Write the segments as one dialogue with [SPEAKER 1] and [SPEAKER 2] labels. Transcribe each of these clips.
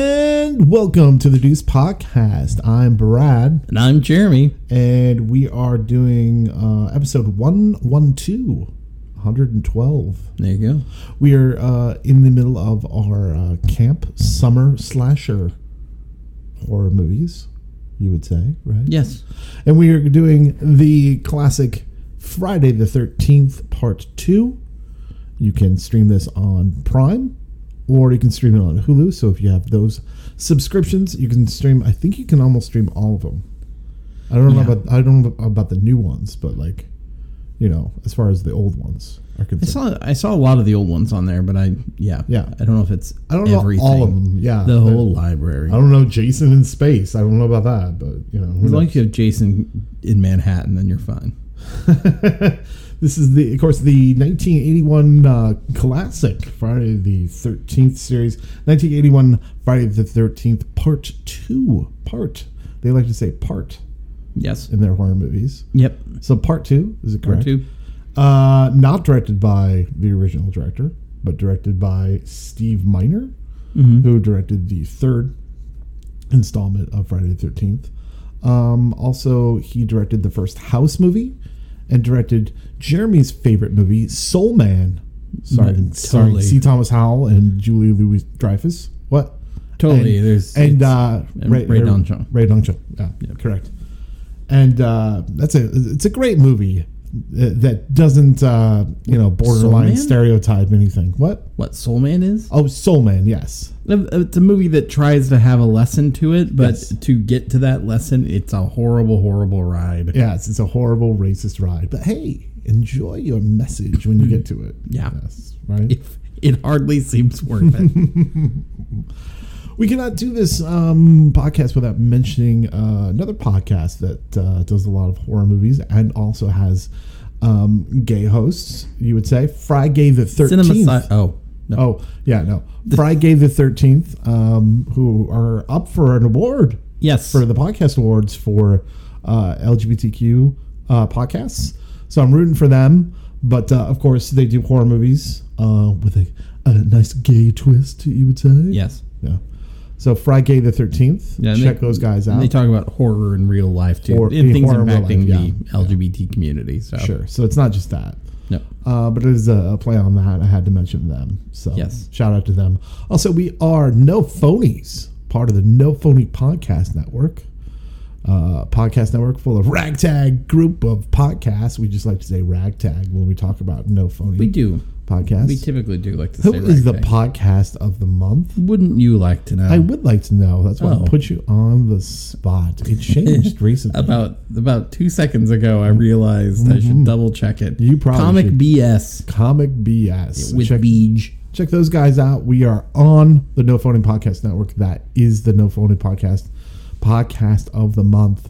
[SPEAKER 1] And welcome to the Deuce Podcast. I'm Brad,
[SPEAKER 2] And I'm Jeremy.
[SPEAKER 1] and we are doing uh, episode 112, 112.
[SPEAKER 2] There you go.
[SPEAKER 1] We are uh, in the middle of our uh, camp summer slasher horror movies, you would say, right?
[SPEAKER 2] Yes.
[SPEAKER 1] And we are doing the classic Friday the 13th, part two. You can stream this on Prime or you can stream it on Hulu. So if you have those subscriptions, you can stream, I think you can almost stream all of them. I don't know
[SPEAKER 2] Yeah.
[SPEAKER 1] about I don't know about the new ones, but like, you know, as far as the old ones are
[SPEAKER 2] I
[SPEAKER 1] concerned,
[SPEAKER 2] saw I saw a lot of the old ones on there, but I yeah.
[SPEAKER 1] Yeah.
[SPEAKER 2] I don't know if it's
[SPEAKER 1] I don't know
[SPEAKER 2] everything.
[SPEAKER 1] all of them. Yeah,
[SPEAKER 2] The whole library.
[SPEAKER 1] I don't know Jason in space. I don't know about that, but you know, who
[SPEAKER 2] As long
[SPEAKER 1] knows?
[SPEAKER 2] as you have Jason in Manhattan, then you're fine.
[SPEAKER 1] this is the, of course, the 1981 uh, classic Friday the 13th series, 1981 Friday the 13th Part Two. Part. They like to say part
[SPEAKER 2] Yes.
[SPEAKER 1] in their horror movies.
[SPEAKER 2] Yep.
[SPEAKER 1] So Part Two is it
[SPEAKER 2] Part
[SPEAKER 1] correct?
[SPEAKER 2] two.
[SPEAKER 1] Uh, not directed by the original director, but directed by Steve Miner,
[SPEAKER 2] Mm-hmm.
[SPEAKER 1] who directed the third installment of Friday the 13th. Um, also, he directed the first House movie and directed Jeremy's favorite movie, Soul Man. Sorry,
[SPEAKER 2] Right,
[SPEAKER 1] sorry,
[SPEAKER 2] Mm-hmm. totally.
[SPEAKER 1] C. Thomas Howell and Julie Louis Dreyfus. What?
[SPEAKER 2] Totally.
[SPEAKER 1] And,
[SPEAKER 2] There's
[SPEAKER 1] and
[SPEAKER 2] it's-
[SPEAKER 1] uh,
[SPEAKER 2] and Ray Dong Chung.
[SPEAKER 1] Ray Dong Chung. Yeah, correct. And uh, that's a it's a great movie uh, that doesn't uh, you know borderline
[SPEAKER 2] Man?
[SPEAKER 1] stereotype anything. What?
[SPEAKER 2] what Soul Man is. Uh,
[SPEAKER 1] Oh, Soul Man. Yes,
[SPEAKER 2] It's a movie that tries to have a lesson to it, but
[SPEAKER 1] Yes.
[SPEAKER 2] to get to that lesson, it's a horrible, horrible ride.
[SPEAKER 1] yes. It's a horrible racist ride, but hey, enjoy your message when you get to it.
[SPEAKER 2] Yeah.
[SPEAKER 1] Yes. Right.
[SPEAKER 2] If it hardly seems worth it.
[SPEAKER 1] We cannot do this um, podcast without mentioning uh, another podcast that uh, does a lot of horror movies and also has um, gay hosts. You would say Friday the
[SPEAKER 2] Cinema.
[SPEAKER 1] Thirteenth.
[SPEAKER 2] Si- oh no.
[SPEAKER 1] Oh yeah, no Friday the Thirteenth, um, who are up for an award
[SPEAKER 2] yes.
[SPEAKER 1] for the podcast awards for uh, LGBTQ uh, podcasts. So I'm rooting for them. But uh, of course, they do horror movies uh, with a, a nice gay twist. You would say,
[SPEAKER 2] yes.
[SPEAKER 1] yeah. So Friday the thirteenth.
[SPEAKER 2] Yeah, and
[SPEAKER 1] check
[SPEAKER 2] they-
[SPEAKER 1] those guys out.
[SPEAKER 2] And they talk about horror in real life too,
[SPEAKER 1] um, Hor-
[SPEAKER 2] and things
[SPEAKER 1] horror in real life,
[SPEAKER 2] impacting
[SPEAKER 1] yeah.
[SPEAKER 2] the LGBT community. So
[SPEAKER 1] sure. So it's not just that.
[SPEAKER 2] no,
[SPEAKER 1] Uh, but it is a, a play on that. I had to mention them. So
[SPEAKER 2] Yes.
[SPEAKER 1] shout out to them. Also, we are No Phonies, part of the No Phony Podcast Network. Uh, podcast network full of ragtag group of podcasts. We just like to say ragtag when we talk about no phony
[SPEAKER 2] we do.
[SPEAKER 1] podcasts.
[SPEAKER 2] We typically do like to
[SPEAKER 1] Who
[SPEAKER 2] say
[SPEAKER 1] is the
[SPEAKER 2] ragtag.
[SPEAKER 1] podcast of the month?
[SPEAKER 2] Wouldn't you like to know
[SPEAKER 1] I would like to know. That's why
[SPEAKER 2] Oh.
[SPEAKER 1] I put you on the spot. It changed recently.
[SPEAKER 2] about about two seconds ago? I realized I should double check it.
[SPEAKER 1] Mm-hmm. You probably
[SPEAKER 2] comic
[SPEAKER 1] should.
[SPEAKER 2] BS
[SPEAKER 1] Comic BS.
[SPEAKER 2] with
[SPEAKER 1] check,
[SPEAKER 2] Beej.
[SPEAKER 1] check those guys out. We are on the No Phoning Podcast Network. That is the No Phoning Podcast podcast of the month.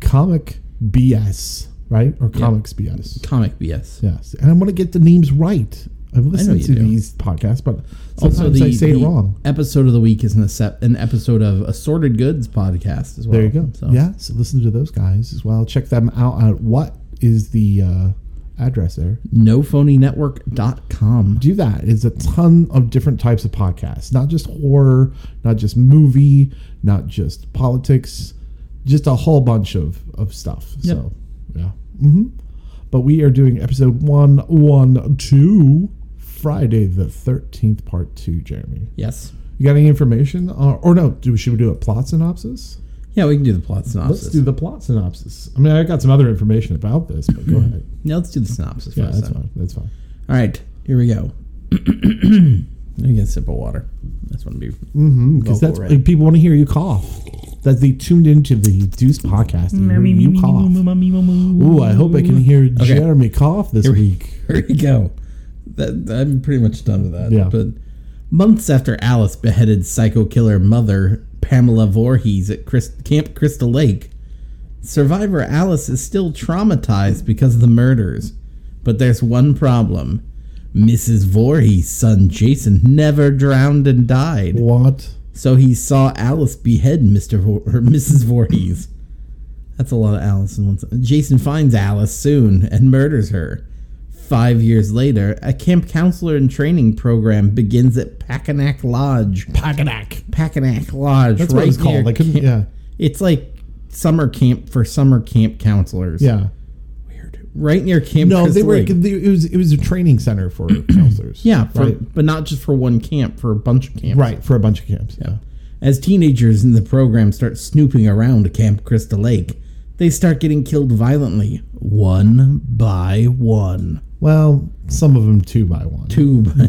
[SPEAKER 1] Comic BS, right? Or Comics BS.
[SPEAKER 2] Comic BS.
[SPEAKER 1] Yes. And I want to get the names right. I've listened
[SPEAKER 2] you
[SPEAKER 1] to
[SPEAKER 2] do.
[SPEAKER 1] these podcasts, but sometimes
[SPEAKER 2] Also, the,
[SPEAKER 1] I say
[SPEAKER 2] the
[SPEAKER 1] it wrong.
[SPEAKER 2] episode of the week is an, acep- an episode of Assorted Goods podcast as well.
[SPEAKER 1] There you go.
[SPEAKER 2] Oh, So,
[SPEAKER 1] Yeah. So listen to those guys as well. Check them out at what is the uh, address there?
[SPEAKER 2] NoPhonyNetwork.com.
[SPEAKER 1] do that is a ton of different types of podcasts not just horror not just movie not just politics just a whole bunch of of stuff
[SPEAKER 2] Yep.
[SPEAKER 1] so yeah hmm but we are doing episode 112 friday the 13th part 2 jeremy
[SPEAKER 2] Yes.
[SPEAKER 1] you got any information or, or no do, should we do a plot synopsis
[SPEAKER 2] Yeah, we can do the plot synopsis.
[SPEAKER 1] let's do the plot synopsis i mean i got some other information about this but go ahead
[SPEAKER 2] yeah, let's do the synopsis
[SPEAKER 1] yeah
[SPEAKER 2] first.
[SPEAKER 1] that's
[SPEAKER 2] then.
[SPEAKER 1] fine that's fine
[SPEAKER 2] All right, here we go. Let me get a sip of water. That's what I'm be.
[SPEAKER 1] because
[SPEAKER 2] vocal
[SPEAKER 1] Mm-hmm, that's
[SPEAKER 2] right.
[SPEAKER 1] like, people want to hear you cough. That they tuned into the Deuce podcast. And hear you cough. Ooh, I hope I can hear Jeremy cough this week.
[SPEAKER 2] Here we go. That, I'm pretty much done with that.
[SPEAKER 1] Yeah.
[SPEAKER 2] But months after Alice beheaded psycho killer mother Pamela Voorhees at Chris, Camp Crystal Lake, survivor Alice is still traumatized because of the murders. But there's one problem. Mrs. Voorhees' son Jason never drowned and died.
[SPEAKER 1] What?
[SPEAKER 2] So he saw Alice behead Mr. Vo- or Mrs. Voorhees. That's a lot of Alice in one. sen- Jason finds Alice soon and murders her. Five years later, a camp counselor and training program begins at Pakanak Lodge.
[SPEAKER 1] Paganak.
[SPEAKER 2] Pakanak Lodge,
[SPEAKER 1] That's
[SPEAKER 2] right
[SPEAKER 1] what it's called.
[SPEAKER 2] near
[SPEAKER 1] I couldn't.
[SPEAKER 2] camp-
[SPEAKER 1] Yeah.
[SPEAKER 2] It's like summer camp for summer camp counselors.
[SPEAKER 1] Yeah.
[SPEAKER 2] Weird. Right near Camp
[SPEAKER 1] No, they
[SPEAKER 2] Crystal
[SPEAKER 1] were.
[SPEAKER 2] Lake.
[SPEAKER 1] They, it was. It was a training center for counselors.
[SPEAKER 2] Yeah, for,
[SPEAKER 1] Right.
[SPEAKER 2] but not just for one camp, for a bunch of camps.
[SPEAKER 1] Right for a bunch of camps. Yeah.
[SPEAKER 2] As teenagers in the program start snooping around Camp Crystal Lake, they start getting killed violently, one by one.
[SPEAKER 1] Well, some of them two by one.
[SPEAKER 2] Two by,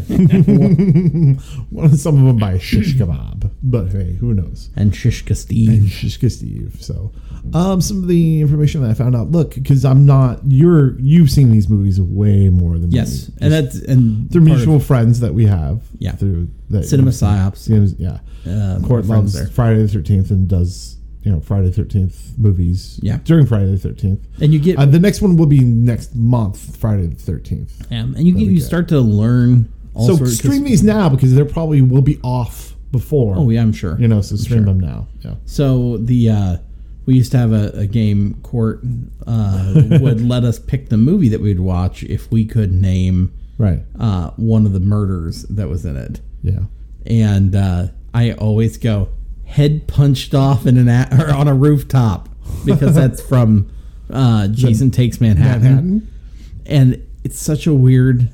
[SPEAKER 1] Well, some of them by shish kebab. But hey, who knows?
[SPEAKER 2] and Shishka Steve.
[SPEAKER 1] Shish Steve. So, um, some of the information that I found out. Look, because I'm not. You're. You've seen these movies way more than
[SPEAKER 2] Yes,
[SPEAKER 1] me.
[SPEAKER 2] and that's and
[SPEAKER 1] They're
[SPEAKER 2] part of
[SPEAKER 1] mutual friends that we have.
[SPEAKER 2] Yeah.
[SPEAKER 1] Through that
[SPEAKER 2] cinema psyops.
[SPEAKER 1] Cinemas- yeah.
[SPEAKER 2] Uh,
[SPEAKER 1] Court
[SPEAKER 2] friends
[SPEAKER 1] loves
[SPEAKER 2] there,
[SPEAKER 1] Friday the Thirteenth and does you know Friday the Thirteenth movies.
[SPEAKER 2] Yeah.
[SPEAKER 1] During Friday the Thirteenth.
[SPEAKER 2] and you get
[SPEAKER 1] Uh, the next one will be next month, Friday the Thirteenth.
[SPEAKER 2] um, and you get, you start to learn all
[SPEAKER 1] So
[SPEAKER 2] sorts. 'cause-
[SPEAKER 1] stream these now because they're probably will be off before.
[SPEAKER 2] Oh yeah, I'm sure.
[SPEAKER 1] You know, so stream them now. Yeah.
[SPEAKER 2] So the uh, we used to have a, a game court uh, would let us pick the movie that we'd watch if we could name
[SPEAKER 1] Right.
[SPEAKER 2] uh, one of the murders that was in it,
[SPEAKER 1] Yeah.
[SPEAKER 2] and uh, I always go head punched off in an a- or on a rooftop because that's from uh, Jason Takes Manhattan.
[SPEAKER 1] Manhattan.
[SPEAKER 2] and it's such a weird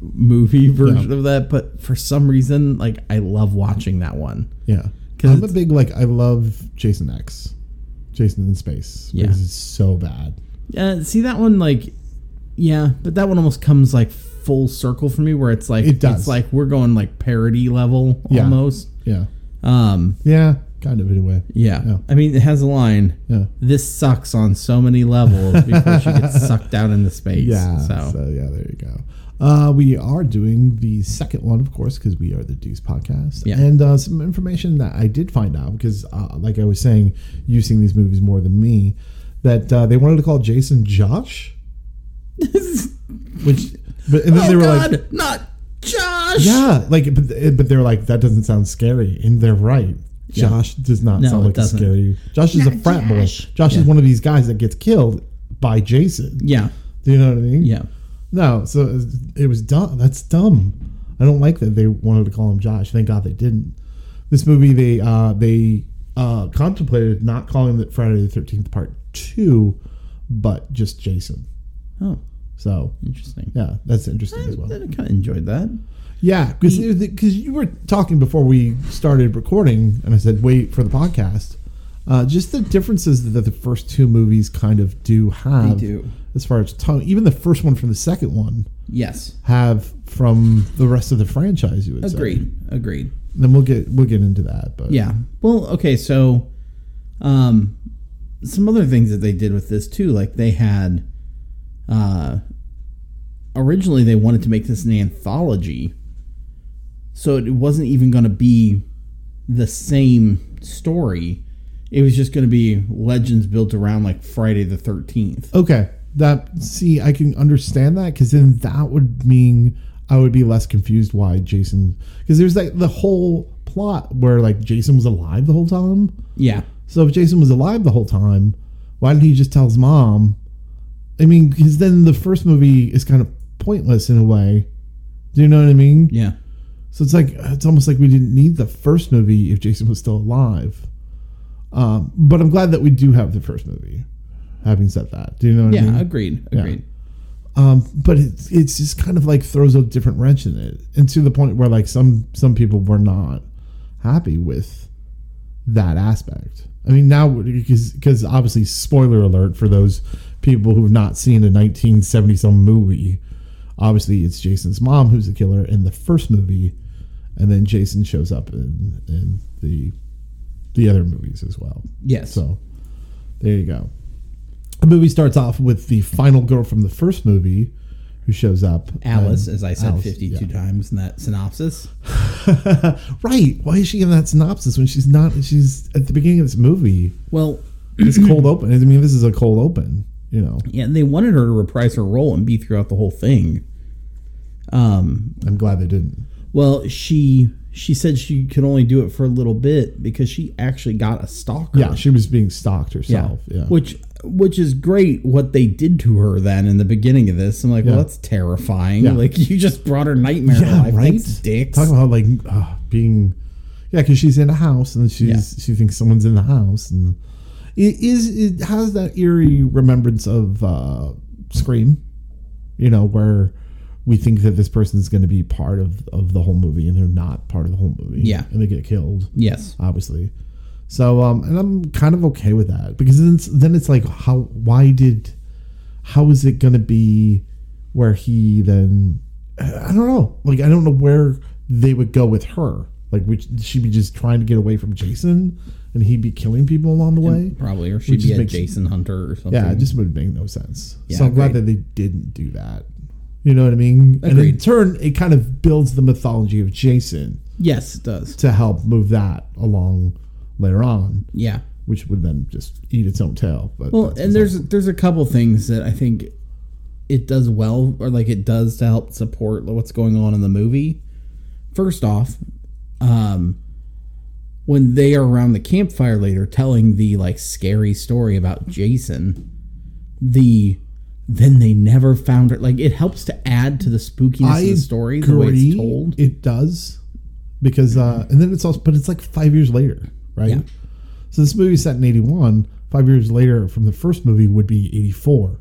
[SPEAKER 2] movie version of that, but for some reason, like I love watching that one.
[SPEAKER 1] Yeah.
[SPEAKER 2] 'Cause
[SPEAKER 1] I'm a
[SPEAKER 2] it's-
[SPEAKER 1] big like I love Jason X, Jason in Space.
[SPEAKER 2] Yeah.
[SPEAKER 1] Because it's so bad.
[SPEAKER 2] Uh, see that one, like, yeah, but that one almost comes like full circle for me, where it's like
[SPEAKER 1] It does.
[SPEAKER 2] it's like we're going like parody level
[SPEAKER 1] Yeah.
[SPEAKER 2] almost.
[SPEAKER 1] Yeah.
[SPEAKER 2] Um,
[SPEAKER 1] Yeah. Kind of in a way.
[SPEAKER 2] yeah.
[SPEAKER 1] Yeah.
[SPEAKER 2] I mean, it has a line.
[SPEAKER 1] Yeah.
[SPEAKER 2] This sucks on so many levels before she gets sucked out into space.
[SPEAKER 1] Yeah.
[SPEAKER 2] So,
[SPEAKER 1] So. yeah, there you go. Uh, we are doing the second one, of course, because we are the Deuce Podcast.
[SPEAKER 2] Yeah.
[SPEAKER 1] And uh, some information that I did find out, because uh, like I was saying, you've seen these movies more than me, that uh, they wanted to call Jason Josh, which, but and then
[SPEAKER 2] oh
[SPEAKER 1] they were
[SPEAKER 2] God,
[SPEAKER 1] like,
[SPEAKER 2] not Josh.
[SPEAKER 1] yeah, like, but, but they're like, that doesn't sound scary, and they're right. Josh does not
[SPEAKER 2] No,
[SPEAKER 1] sound
[SPEAKER 2] it
[SPEAKER 1] like a
[SPEAKER 2] doesn't.
[SPEAKER 1] scary. Josh is a frat boy.
[SPEAKER 2] Josh.
[SPEAKER 1] Josh is one of these guys that gets killed by Jason.
[SPEAKER 2] Yeah.
[SPEAKER 1] Do you know what I mean?
[SPEAKER 2] Yeah.
[SPEAKER 1] No, so it was- it was dumb. That's dumb. I don't like that they wanted to call him Josh. Thank God they didn't. This movie, they uh, they uh, contemplated not calling it Friday the Thirteenth Part Two, but just Jason.
[SPEAKER 2] Oh,
[SPEAKER 1] So
[SPEAKER 2] interesting.
[SPEAKER 1] yeah, that's interesting as
[SPEAKER 2] I
[SPEAKER 1] well.
[SPEAKER 2] kind of enjoyed that.
[SPEAKER 1] Yeah, because because you were talking before we started recording, and I said wait for the podcast. Uh, just the differences that the first two movies kind of do have.
[SPEAKER 2] do.
[SPEAKER 1] as far as tone. Even the first one from the second one
[SPEAKER 2] Yes.
[SPEAKER 1] have from the rest of the franchise. You would say.
[SPEAKER 2] Agreed. Agreed.
[SPEAKER 1] Then we'll get we'll get into that. But
[SPEAKER 2] Yeah. Well, okay, so um some other things that they did with this too, like they had uh originally they wanted to make this an anthology. So it wasn't even going to be the same story. It was just going to be legends built around like Friday the 13th.
[SPEAKER 1] okay, that see I can understand that because then that would mean I would be less confused why Jason because there's like the whole plot where like Jason was alive the whole time.
[SPEAKER 2] Yeah.
[SPEAKER 1] So if Jason was alive the whole time, why didn't he just tell his mom? I mean, because then the first movie is kind of pointless in a way. Do you know what I mean?
[SPEAKER 2] Yeah.
[SPEAKER 1] So it's like it's almost like we didn't need the first movie if Jason was still alive. Um, but I'm glad that we do have the first movie. Having said that, do you know what I
[SPEAKER 2] Yeah,
[SPEAKER 1] mean?
[SPEAKER 2] agreed. Agreed.
[SPEAKER 1] Um, but it's it's just kind of like throws a different wrench in it, and to the point where like some some people were not happy with that aspect. I mean, now because because obviously, spoiler alert for those people who have not seen a 1970 some movie. Obviously, it's Jason's mom who's the killer in the first movie, and then Jason shows up in in the the other movies as well.
[SPEAKER 2] Yes.
[SPEAKER 1] So there you go. The movie starts off with the final girl from the first movie who shows up.
[SPEAKER 2] Alice,
[SPEAKER 1] and-
[SPEAKER 2] as I said
[SPEAKER 1] Alice,
[SPEAKER 2] 52
[SPEAKER 1] yeah.
[SPEAKER 2] times in that synopsis.
[SPEAKER 1] Right. Why is she in that synopsis when she's not? She's at the beginning of this movie.
[SPEAKER 2] Well,
[SPEAKER 1] It's cold open. I mean, this is a cold open, you know.
[SPEAKER 2] Yeah, and they wanted her to reprise her role and be throughout the whole thing. Um,
[SPEAKER 1] I'm glad they didn't.
[SPEAKER 2] well, she she said she could only do it for a little bit because she actually got a stalker.
[SPEAKER 1] Yeah, she was being stalked herself. Yeah.
[SPEAKER 2] Which which is great what they did to her then in the beginning of this. I'm like, well,
[SPEAKER 1] Yeah.
[SPEAKER 2] that's terrifying.
[SPEAKER 1] Yeah.
[SPEAKER 2] Like you just brought her nightmare to
[SPEAKER 1] yeah,
[SPEAKER 2] life.
[SPEAKER 1] right.
[SPEAKER 2] Thanks, dicks.
[SPEAKER 1] Talk about like uh, being, yeah, because she's in a house and she's she thinks someone's in the house and it is it has that eerie remembrance of uh, Scream, you know, where we think that this person's going to be part of of the whole movie and they're not part of the whole movie.
[SPEAKER 2] Yeah.
[SPEAKER 1] and they get killed
[SPEAKER 2] yes.
[SPEAKER 1] obviously. So um, and I'm kind of okay with that because then it's, then it's like how why did how is it gonna be where he then I don't know like I don't know where they would go with her like would she be just trying to get away from Jason and he'd be killing people along the way
[SPEAKER 2] Probably, or she'd
[SPEAKER 1] Which
[SPEAKER 2] be a
[SPEAKER 1] makes-
[SPEAKER 2] Jason Hunter or something.
[SPEAKER 1] yeah it just would make no sense
[SPEAKER 2] Yeah,
[SPEAKER 1] so I'm glad
[SPEAKER 2] agreed.
[SPEAKER 1] that they didn't do that you know what I mean and in
[SPEAKER 2] Agreed.
[SPEAKER 1] turn it kind of builds the mythology of Jason
[SPEAKER 2] yes, it does.
[SPEAKER 1] to help move that along later on
[SPEAKER 2] Yeah.
[SPEAKER 1] which would then just eat its own tail. But
[SPEAKER 2] Well,
[SPEAKER 1] that's
[SPEAKER 2] and there's there's a couple things that I think it does well, or like it does to help support what's going on in the movie. First off, um, when they are around the campfire later, telling the like scary story about Jason, the then they never found it. Like it helps to add to the spookiness
[SPEAKER 1] I
[SPEAKER 2] of the story the way
[SPEAKER 1] agree
[SPEAKER 2] it's told.
[SPEAKER 1] It does because, uh, and then it's also, but it's like five years later, right?
[SPEAKER 2] Yeah.
[SPEAKER 1] So this movie set in eighty one. Five years later from the first movie would be eighty four.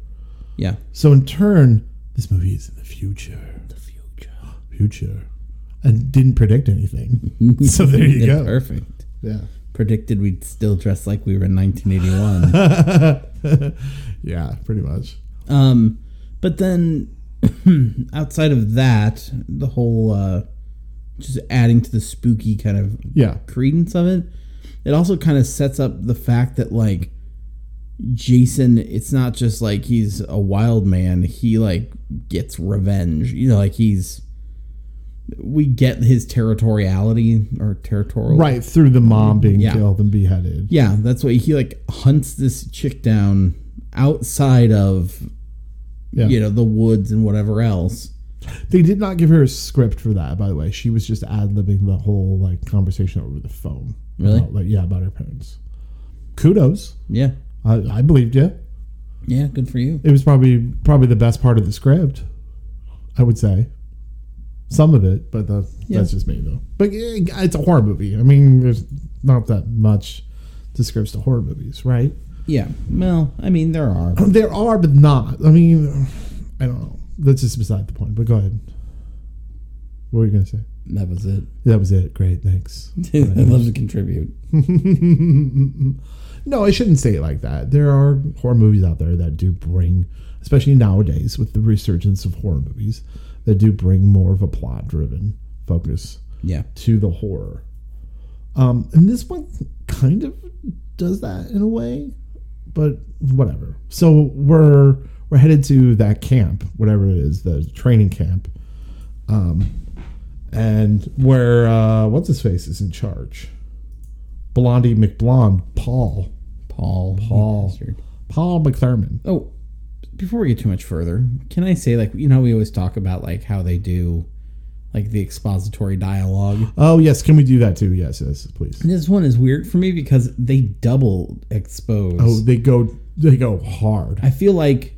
[SPEAKER 2] Yeah,
[SPEAKER 1] So in turn, this movie is in the future,
[SPEAKER 2] the future.
[SPEAKER 1] future, and didn't predict anything. so there you go.
[SPEAKER 2] Perfect.
[SPEAKER 1] Yeah.
[SPEAKER 2] Predicted we'd still dress like we were in 1981.
[SPEAKER 1] Yeah, pretty much.
[SPEAKER 2] um, but then outside of that, the whole uh, just adding to the spooky kind of
[SPEAKER 1] Yeah.
[SPEAKER 2] credence of it. It also kind of sets up the fact that like Jason, it's not just like he's a wild man. He like gets revenge. You know, like he's we get his territoriality or territorial.
[SPEAKER 1] Right through the mom being
[SPEAKER 2] Yeah.
[SPEAKER 1] killed and beheaded.
[SPEAKER 2] Yeah, that's why he like hunts this chick down outside of
[SPEAKER 1] Yeah.
[SPEAKER 2] you know the woods and whatever else.
[SPEAKER 1] They did not give her a script for that, by the way. She was just ad libbing the whole like conversation over the phone.
[SPEAKER 2] Really?
[SPEAKER 1] About, like, yeah, about her parents. Kudos.
[SPEAKER 2] Yeah,
[SPEAKER 1] I, I believed you.
[SPEAKER 2] yeah, good for you.
[SPEAKER 1] It was probably probably the best part of the script. I would say some of it, but that's
[SPEAKER 2] Yeah.
[SPEAKER 1] that's just me though. But eh, it's a horror movie. I mean, there's not that much to scripts to horror movies, right?
[SPEAKER 2] Yeah, well, I mean there are.
[SPEAKER 1] There are, but not. I mean, I don't know. That's just beside the point. But go ahead. What were you gonna say?
[SPEAKER 2] That was it.
[SPEAKER 1] That was it. Great, thanks.
[SPEAKER 2] I love to contribute.
[SPEAKER 1] No, I shouldn't say it like that. There are horror movies out there that do bring, especially nowadays with the resurgence of horror movies, that do bring more of a plot driven focus
[SPEAKER 2] Yeah.
[SPEAKER 1] to the horror. Um, and this one kind of does that in a way, but whatever. So we're we're headed to that camp, whatever it is, the training camp, um, and where uh, what's his face is in charge, Blondie McBlonde, Paul
[SPEAKER 2] Paul. you
[SPEAKER 1] Paul.
[SPEAKER 2] bastard.
[SPEAKER 1] Paul McTherman.
[SPEAKER 2] Oh, before we get too much further, can I say like you know we always talk about like how they do like the expository dialogue.
[SPEAKER 1] Oh yes, can we do that too? Yes, yes, please.
[SPEAKER 2] This one is weird for me because they double expose.
[SPEAKER 1] Oh, they go they go hard.
[SPEAKER 2] I feel like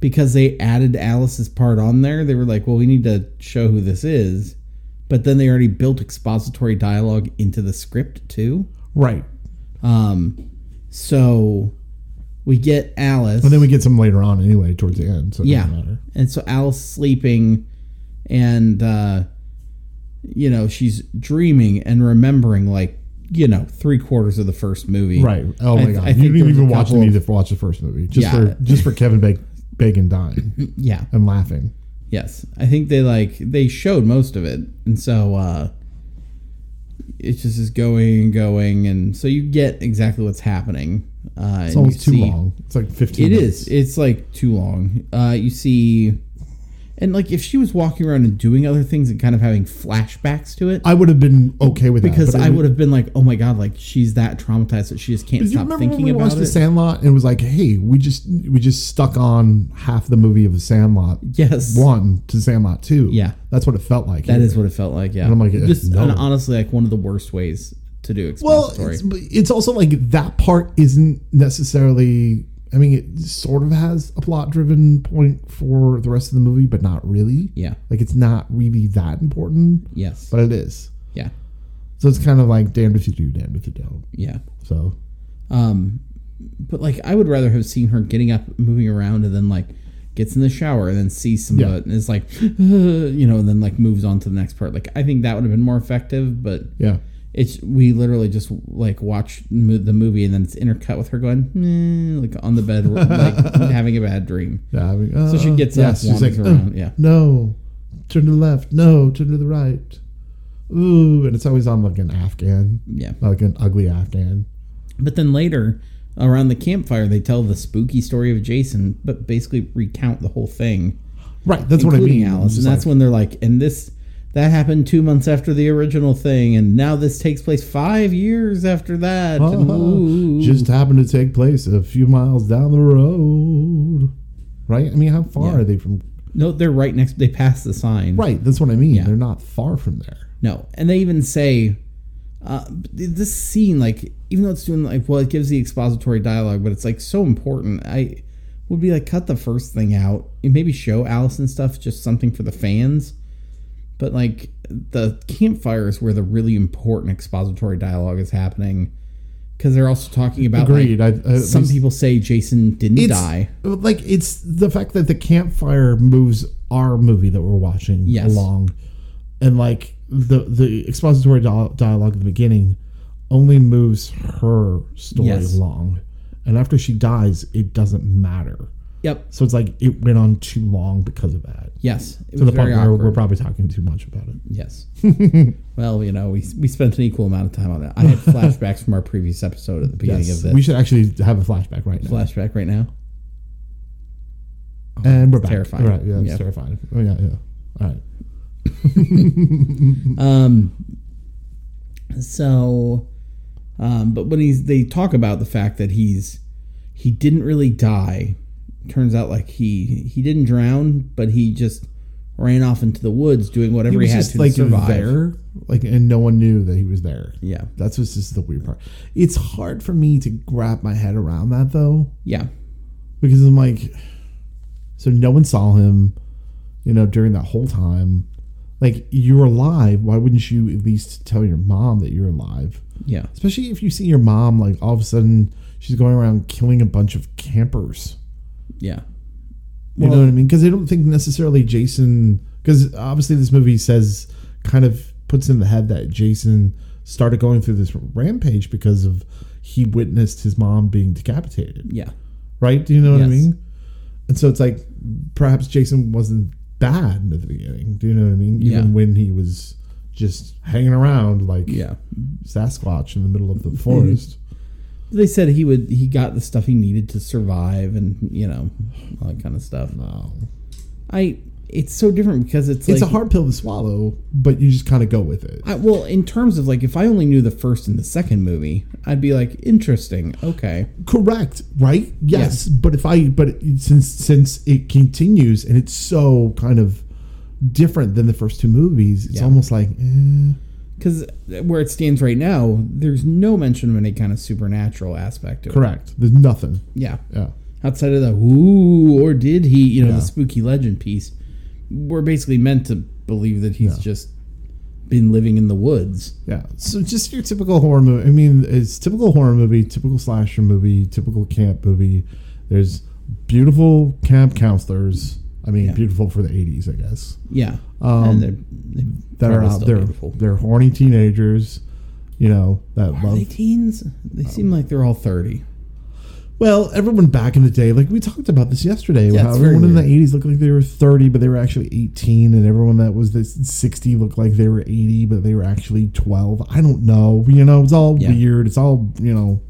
[SPEAKER 2] because they added Alice's part on there, they were like, well, we need to show who this is. But then they already built expository dialogue into the script too.
[SPEAKER 1] Right,
[SPEAKER 2] Um, so we get Alice.
[SPEAKER 1] and then we get some later on anyway, towards the end. So it
[SPEAKER 2] Yeah.
[SPEAKER 1] doesn't matter.
[SPEAKER 2] And so Alice sleeping and uh you know, she's dreaming and remembering like, you know, three quarters of the first movie.
[SPEAKER 1] Right. Oh
[SPEAKER 2] I
[SPEAKER 1] my
[SPEAKER 2] th-
[SPEAKER 1] god.
[SPEAKER 2] I think
[SPEAKER 1] you didn't
[SPEAKER 2] there was a
[SPEAKER 1] even watch
[SPEAKER 2] couple
[SPEAKER 1] the
[SPEAKER 2] of-
[SPEAKER 1] need to watch the first movie just
[SPEAKER 2] Yeah.
[SPEAKER 1] for just for Kevin Bacon, Bacon dying
[SPEAKER 2] Yeah.
[SPEAKER 1] and laughing.
[SPEAKER 2] Yes. I think they like they showed most of it. And so uh it just is going and going and so you get exactly what's happening. Uh
[SPEAKER 1] It's almost too long. It's like fifteen.
[SPEAKER 2] It
[SPEAKER 1] minutes.
[SPEAKER 2] is. It's like too long. Uh, you see And like if she was walking around and doing other things and kind of having flashbacks to it,
[SPEAKER 1] I would have been okay with
[SPEAKER 2] because
[SPEAKER 1] that.
[SPEAKER 2] I would have been like, oh my god, like she's that traumatized that she just can't
[SPEAKER 1] Do you
[SPEAKER 2] stop
[SPEAKER 1] remember when
[SPEAKER 2] thinking
[SPEAKER 1] we
[SPEAKER 2] about
[SPEAKER 1] watched
[SPEAKER 2] it.
[SPEAKER 1] The Sandlot and it was like, "Hey, we just we just stuck on half the movie of The Sandlot
[SPEAKER 2] yes,
[SPEAKER 1] one to Sandlot two.
[SPEAKER 2] Yeah.
[SPEAKER 1] that's what it felt like.
[SPEAKER 2] that is what it felt like. Yeah,
[SPEAKER 1] I'm like, eh,
[SPEAKER 2] Just-
[SPEAKER 1] no.
[SPEAKER 2] and honestly, like one of the worst ways to do
[SPEAKER 1] Well,
[SPEAKER 2] expository.
[SPEAKER 1] it's, but it's also like that part isn't necessarily. I mean, it sort of has a plot driven point for the rest of the movie, but not really.
[SPEAKER 2] yeah,
[SPEAKER 1] Like it's not really that important,
[SPEAKER 2] yes,
[SPEAKER 1] but it is.
[SPEAKER 2] yeah,
[SPEAKER 1] So it's kind of like damned if you do, damned if you don't.
[SPEAKER 2] yeah.
[SPEAKER 1] So
[SPEAKER 2] Um, but like I would rather have seen her getting up, moving around, and then like gets in the shower and then sees some of
[SPEAKER 1] Yeah.
[SPEAKER 2] it and is like, you know, and then like moves on to the next part. Like I think that would have been more effective, but
[SPEAKER 1] yeah,
[SPEAKER 2] it's we literally just like watch mo- the movie and then it's intercut with her going "Meh," like on the bed like having a bad dream
[SPEAKER 1] yeah. I mean,
[SPEAKER 2] so she
[SPEAKER 1] uh,
[SPEAKER 2] gets
[SPEAKER 1] yeah,
[SPEAKER 2] up
[SPEAKER 1] she's like,
[SPEAKER 2] wanders
[SPEAKER 1] "Uh,
[SPEAKER 2] around yeah
[SPEAKER 1] no, turn to the left. No, turn to the right. Ooh, and it's always on like an Afghan,
[SPEAKER 2] yeah
[SPEAKER 1] like an ugly Afghan.
[SPEAKER 2] but then later around the campfire they tell the spooky story of jason but basically recount the whole thing
[SPEAKER 1] Right, that's what I
[SPEAKER 2] including
[SPEAKER 1] mean.
[SPEAKER 2] alice
[SPEAKER 1] Just
[SPEAKER 2] and that's when they're like and this that happened two months after the original thing and now this takes place five years after that and ooh.
[SPEAKER 1] just happened to take place a few miles down the road. Right? I mean, how far
[SPEAKER 2] Yeah.
[SPEAKER 1] are they from?
[SPEAKER 2] no they're right next they pass the sign
[SPEAKER 1] Right, that's what I mean. They're not far from there.
[SPEAKER 2] No, and they even say uh, this scene, like even though it's doing like well, it gives the expository dialogue, but it's like so important. I would be like cut the first thing out and maybe show Alice and stuff, just something for the fans. But like the campfire is where the really important expository dialogue is happening because they're also talking about like,
[SPEAKER 1] Agreed. I, I,
[SPEAKER 2] some people say Jason didn't
[SPEAKER 1] it's,
[SPEAKER 2] die.
[SPEAKER 1] Like it's the fact that the campfire moves our movie that we're watching
[SPEAKER 2] Yes.
[SPEAKER 1] along, and like the the expository dia- dialogue at the beginning only moves her story
[SPEAKER 2] Yes.
[SPEAKER 1] along, and after she dies, it doesn't matter.
[SPEAKER 2] Yep.
[SPEAKER 1] So it's like it went on too long because of that.
[SPEAKER 2] Yes. It
[SPEAKER 1] To the
[SPEAKER 2] was
[SPEAKER 1] point
[SPEAKER 2] very
[SPEAKER 1] where
[SPEAKER 2] awkward.
[SPEAKER 1] we're probably talking too much about it.
[SPEAKER 2] Yes. well, you know, we, we spent an equal amount of time on it. I had flashbacks from our previous episode at the beginning
[SPEAKER 1] Yes,
[SPEAKER 2] of this.
[SPEAKER 1] we should actually have a flashback right now.
[SPEAKER 2] flashback right now.
[SPEAKER 1] and we're back.
[SPEAKER 2] terrifying.
[SPEAKER 1] Right, yeah, it's
[SPEAKER 2] Yeah.
[SPEAKER 1] terrifying. Oh, yeah, yeah. All right.
[SPEAKER 2] Um, so, um, but when he's they talk about the fact that he's he didn't really die. Turns out like he he didn't drown, but he just ran off into the woods doing whatever he,
[SPEAKER 1] was
[SPEAKER 2] had
[SPEAKER 1] just
[SPEAKER 2] to
[SPEAKER 1] like
[SPEAKER 2] to survive.
[SPEAKER 1] there, like, and no one knew that he was there.
[SPEAKER 2] Yeah,
[SPEAKER 1] That's what's just the weird part. It's hard for me to wrap my head around that though,
[SPEAKER 2] yeah,
[SPEAKER 1] because I'm like, so no one saw him, you know, during that whole time. Like you're alive, why wouldn't you at least tell your mom that you're alive?
[SPEAKER 2] yeah,
[SPEAKER 1] Especially if you see your mom, like all of a sudden she's going around killing a bunch of campers.
[SPEAKER 2] yeah.
[SPEAKER 1] You know what I mean? Because I don't think necessarily Jason, because obviously this movie says kind of puts in the head that Jason started going through this rampage because of he witnessed his mom being decapitated,
[SPEAKER 2] Yeah,
[SPEAKER 1] right? Do you know what I
[SPEAKER 2] Yes.
[SPEAKER 1] mean? And so it's like perhaps Jason wasn't bad at the beginning. Do you know what I mean? Even
[SPEAKER 2] Yeah.
[SPEAKER 1] when he was just hanging around like
[SPEAKER 2] yeah. Mm-hmm.
[SPEAKER 1] Sasquatch in the middle of the forest.
[SPEAKER 2] They said he would he got the stuff he needed to survive and you know all that kind of stuff.
[SPEAKER 1] No.
[SPEAKER 2] I it's so different because it's like
[SPEAKER 1] it's a hard pill to swallow, but you just kind of go with it.
[SPEAKER 2] I, well in terms of like if I only knew the first and the second movie, I'd be like interesting, okay,
[SPEAKER 1] correct right yes but if i but it, since since it continues and it's so kind of different than the first two movies it's
[SPEAKER 2] Yeah.
[SPEAKER 1] almost like eh,
[SPEAKER 2] because where it stands right now, there's no mention of any kind of supernatural aspect. Of
[SPEAKER 1] correct there's nothing
[SPEAKER 2] It. Yeah,
[SPEAKER 1] yeah
[SPEAKER 2] outside of the ooh or did he, you know,
[SPEAKER 1] Yeah.
[SPEAKER 2] the spooky legend piece, we're basically meant to believe that he's
[SPEAKER 1] Yeah.
[SPEAKER 2] just been living in the woods.
[SPEAKER 1] yeah so just your typical horror movie i mean it's typical horror movie typical slasher movie typical camp movie there's beautiful camp counselors i mean
[SPEAKER 2] Yeah.
[SPEAKER 1] beautiful for the 80s i guess
[SPEAKER 2] Yeah,
[SPEAKER 1] Um,
[SPEAKER 2] they're, they
[SPEAKER 1] that are
[SPEAKER 2] probably
[SPEAKER 1] out
[SPEAKER 2] still
[SPEAKER 1] there
[SPEAKER 2] beautiful.
[SPEAKER 1] they're horny teenagers you know that
[SPEAKER 2] Are
[SPEAKER 1] love Um,
[SPEAKER 2] they teens? They seem like they're all 30.
[SPEAKER 1] Well, everyone back in the day, like we talked about this yesterday,
[SPEAKER 2] Yeah,
[SPEAKER 1] how
[SPEAKER 2] it's very
[SPEAKER 1] everyone in the
[SPEAKER 2] weird.
[SPEAKER 1] 80s looked like they were 30, but they were actually 18, and everyone that was this 60 looked like they were 80, but they were actually 12. I don't know. You know, it's all
[SPEAKER 2] Yeah.
[SPEAKER 1] weird. It's all, you know,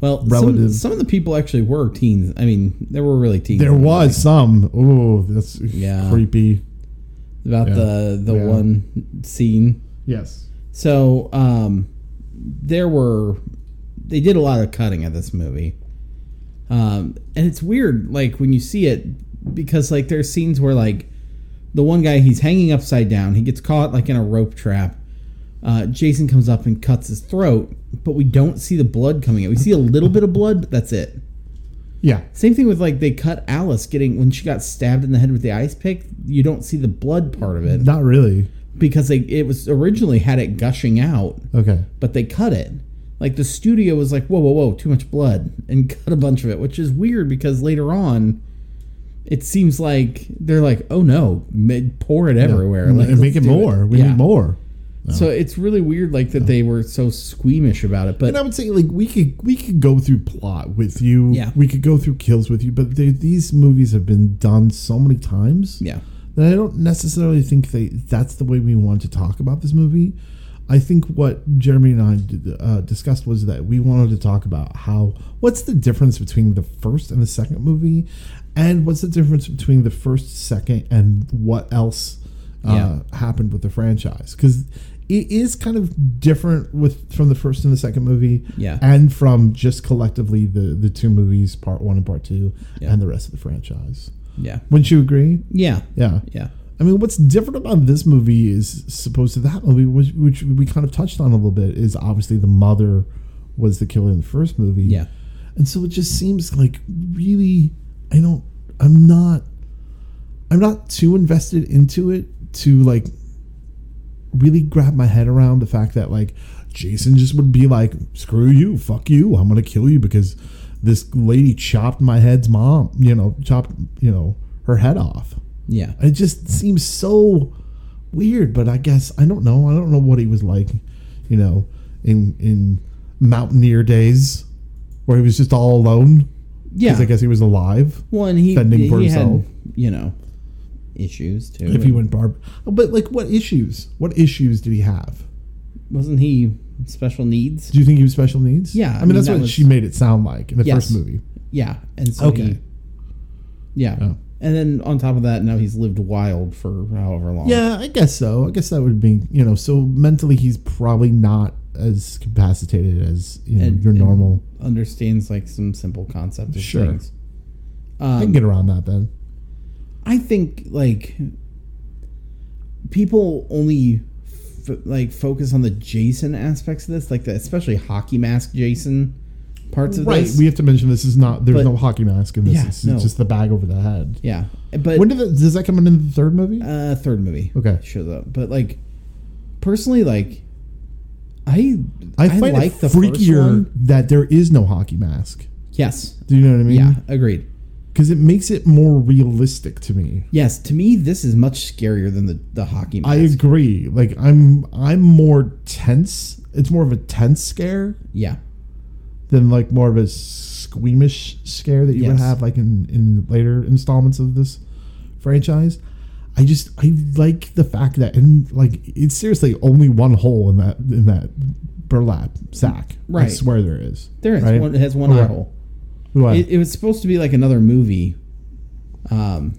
[SPEAKER 2] Well, some,
[SPEAKER 1] Relatives.
[SPEAKER 2] some of the people actually were teens. I mean, there were really teens.
[SPEAKER 1] There was some. Oh, that's
[SPEAKER 2] Yeah.
[SPEAKER 1] creepy.
[SPEAKER 2] about
[SPEAKER 1] Yeah.
[SPEAKER 2] the the
[SPEAKER 1] Yeah.
[SPEAKER 2] one scene.
[SPEAKER 1] Yes.
[SPEAKER 2] So um, there were they did a lot of cutting of this movie, um, and it's weird like when you see it because like there's scenes where like the one guy he's hanging upside down he gets caught like in a rope trap. Uh, Jason comes up and cuts his throat, but we don't see the blood coming out. We see a little bit of blood, but that's it.
[SPEAKER 1] Yeah.
[SPEAKER 2] Same thing with like they cut Alice getting when she got stabbed in the head with the ice pick. You don't see the blood part of it
[SPEAKER 1] Not really.
[SPEAKER 2] because they it was originally had it gushing out,
[SPEAKER 1] Okay.
[SPEAKER 2] but they cut it. Like the studio was like, whoa, whoa, whoa, too much blood, and cut a bunch of it, which is weird because later on, it seems like they're like, oh no, ma- pour it everywhere, like,
[SPEAKER 1] and make it
[SPEAKER 2] let's do
[SPEAKER 1] more. We
[SPEAKER 2] Yeah.
[SPEAKER 1] need more.
[SPEAKER 2] So it's really weird, like that they were so squeamish about it. But
[SPEAKER 1] And I would say like we could we could go through plot with you.
[SPEAKER 2] Yeah.
[SPEAKER 1] We could go through kills with you, but they, these movies have been done so many times.
[SPEAKER 2] yeah,
[SPEAKER 1] that I don't necessarily think they that's the way we want to talk about this movie. I think what Jeremy and I did, uh, discussed was that we wanted to talk about how what's the difference between the first and the second movie, and what's the difference between the first, second, and what else uh, happened with the franchise because it is kind of different with from the first and the second movie,
[SPEAKER 2] Yeah.
[SPEAKER 1] and from just collectively the the two movies, part one and part two,
[SPEAKER 2] Yeah.
[SPEAKER 1] and the rest of the franchise.
[SPEAKER 2] yeah,
[SPEAKER 1] Wouldn't you agree?
[SPEAKER 2] yeah,
[SPEAKER 1] Yeah.
[SPEAKER 2] yeah,
[SPEAKER 1] I mean, what's different about this movie is supposed to that movie, which, which we kind of touched on a little bit, is obviously the mother was the killer in the first movie.
[SPEAKER 2] yeah.
[SPEAKER 1] And so it just seems like really, I don't, I'm not, I'm not too invested into it to like really grab my head around the fact that like Jason just would be like, screw you, fuck you, I'm gonna kill you because this lady chopped my head's mom, you know, chopped, you know, her head off.
[SPEAKER 2] yeah.
[SPEAKER 1] It just seems so weird, but I guess I don't know. I don't know what he was like, you know, in in mountaineer days where he was just all alone.
[SPEAKER 2] Yeah.
[SPEAKER 1] I guess he was alive.
[SPEAKER 2] One, he,
[SPEAKER 1] fending for
[SPEAKER 2] he had,
[SPEAKER 1] himself.
[SPEAKER 2] you know, issues too.
[SPEAKER 1] If he went barb, but like, what issues? What issues did he have?
[SPEAKER 2] wasn't he special needs?
[SPEAKER 1] Do you think he was special needs?
[SPEAKER 2] Yeah,
[SPEAKER 1] I mean,
[SPEAKER 2] I mean,
[SPEAKER 1] that's
[SPEAKER 2] that
[SPEAKER 1] what
[SPEAKER 2] was-
[SPEAKER 1] she made it sound like in the
[SPEAKER 2] Yes.
[SPEAKER 1] first movie.
[SPEAKER 2] Yeah, and so
[SPEAKER 1] Okay.
[SPEAKER 2] he- yeah,
[SPEAKER 1] Oh.
[SPEAKER 2] and then on top of that, now he's lived wild for however long.
[SPEAKER 1] Yeah, I guess so. I guess that would be you know. So mentally, he's probably not as capacitated as you know
[SPEAKER 2] And-
[SPEAKER 1] your
[SPEAKER 2] and
[SPEAKER 1] normal.
[SPEAKER 2] understands like some simple concepts of
[SPEAKER 1] Sure.
[SPEAKER 2] things.
[SPEAKER 1] I can get around that then.
[SPEAKER 2] I think like people only f- like focus on the Jason aspects of this, like the especially hockey mask Jason parts of
[SPEAKER 1] Right.
[SPEAKER 2] this.
[SPEAKER 1] We have to mention this is not there's
[SPEAKER 2] But-
[SPEAKER 1] no hockey mask in this.
[SPEAKER 2] Yeah,
[SPEAKER 1] it's
[SPEAKER 2] no.
[SPEAKER 1] just the bag over the head.
[SPEAKER 2] yeah, but
[SPEAKER 1] When did the, does that come in, in the third movie?
[SPEAKER 2] uh third movie
[SPEAKER 1] Okay.
[SPEAKER 2] shows up but like personally like i
[SPEAKER 1] I find it freakier that there is no hockey mask.
[SPEAKER 2] yes
[SPEAKER 1] Do you know what I mean?
[SPEAKER 2] yeah agreed
[SPEAKER 1] Because it makes it more realistic to me.
[SPEAKER 2] yes to me this is much scarier than the the hockey
[SPEAKER 1] I
[SPEAKER 2] mask
[SPEAKER 1] agree. Like I'm I'm more tense. It's more of a tense scare
[SPEAKER 2] yeah
[SPEAKER 1] than like more of a squeamish scare that you would
[SPEAKER 2] Yes.
[SPEAKER 1] have like in, in later installments of this franchise. I just I like the fact that and like it's seriously only one hole in that in that burlap sack. I
[SPEAKER 2] Right.
[SPEAKER 1] swear there is.
[SPEAKER 2] there is
[SPEAKER 1] Right?
[SPEAKER 2] one it has one
[SPEAKER 1] Okay.
[SPEAKER 2] eye hole
[SPEAKER 1] Right.
[SPEAKER 2] it, it was supposed to be like another movie um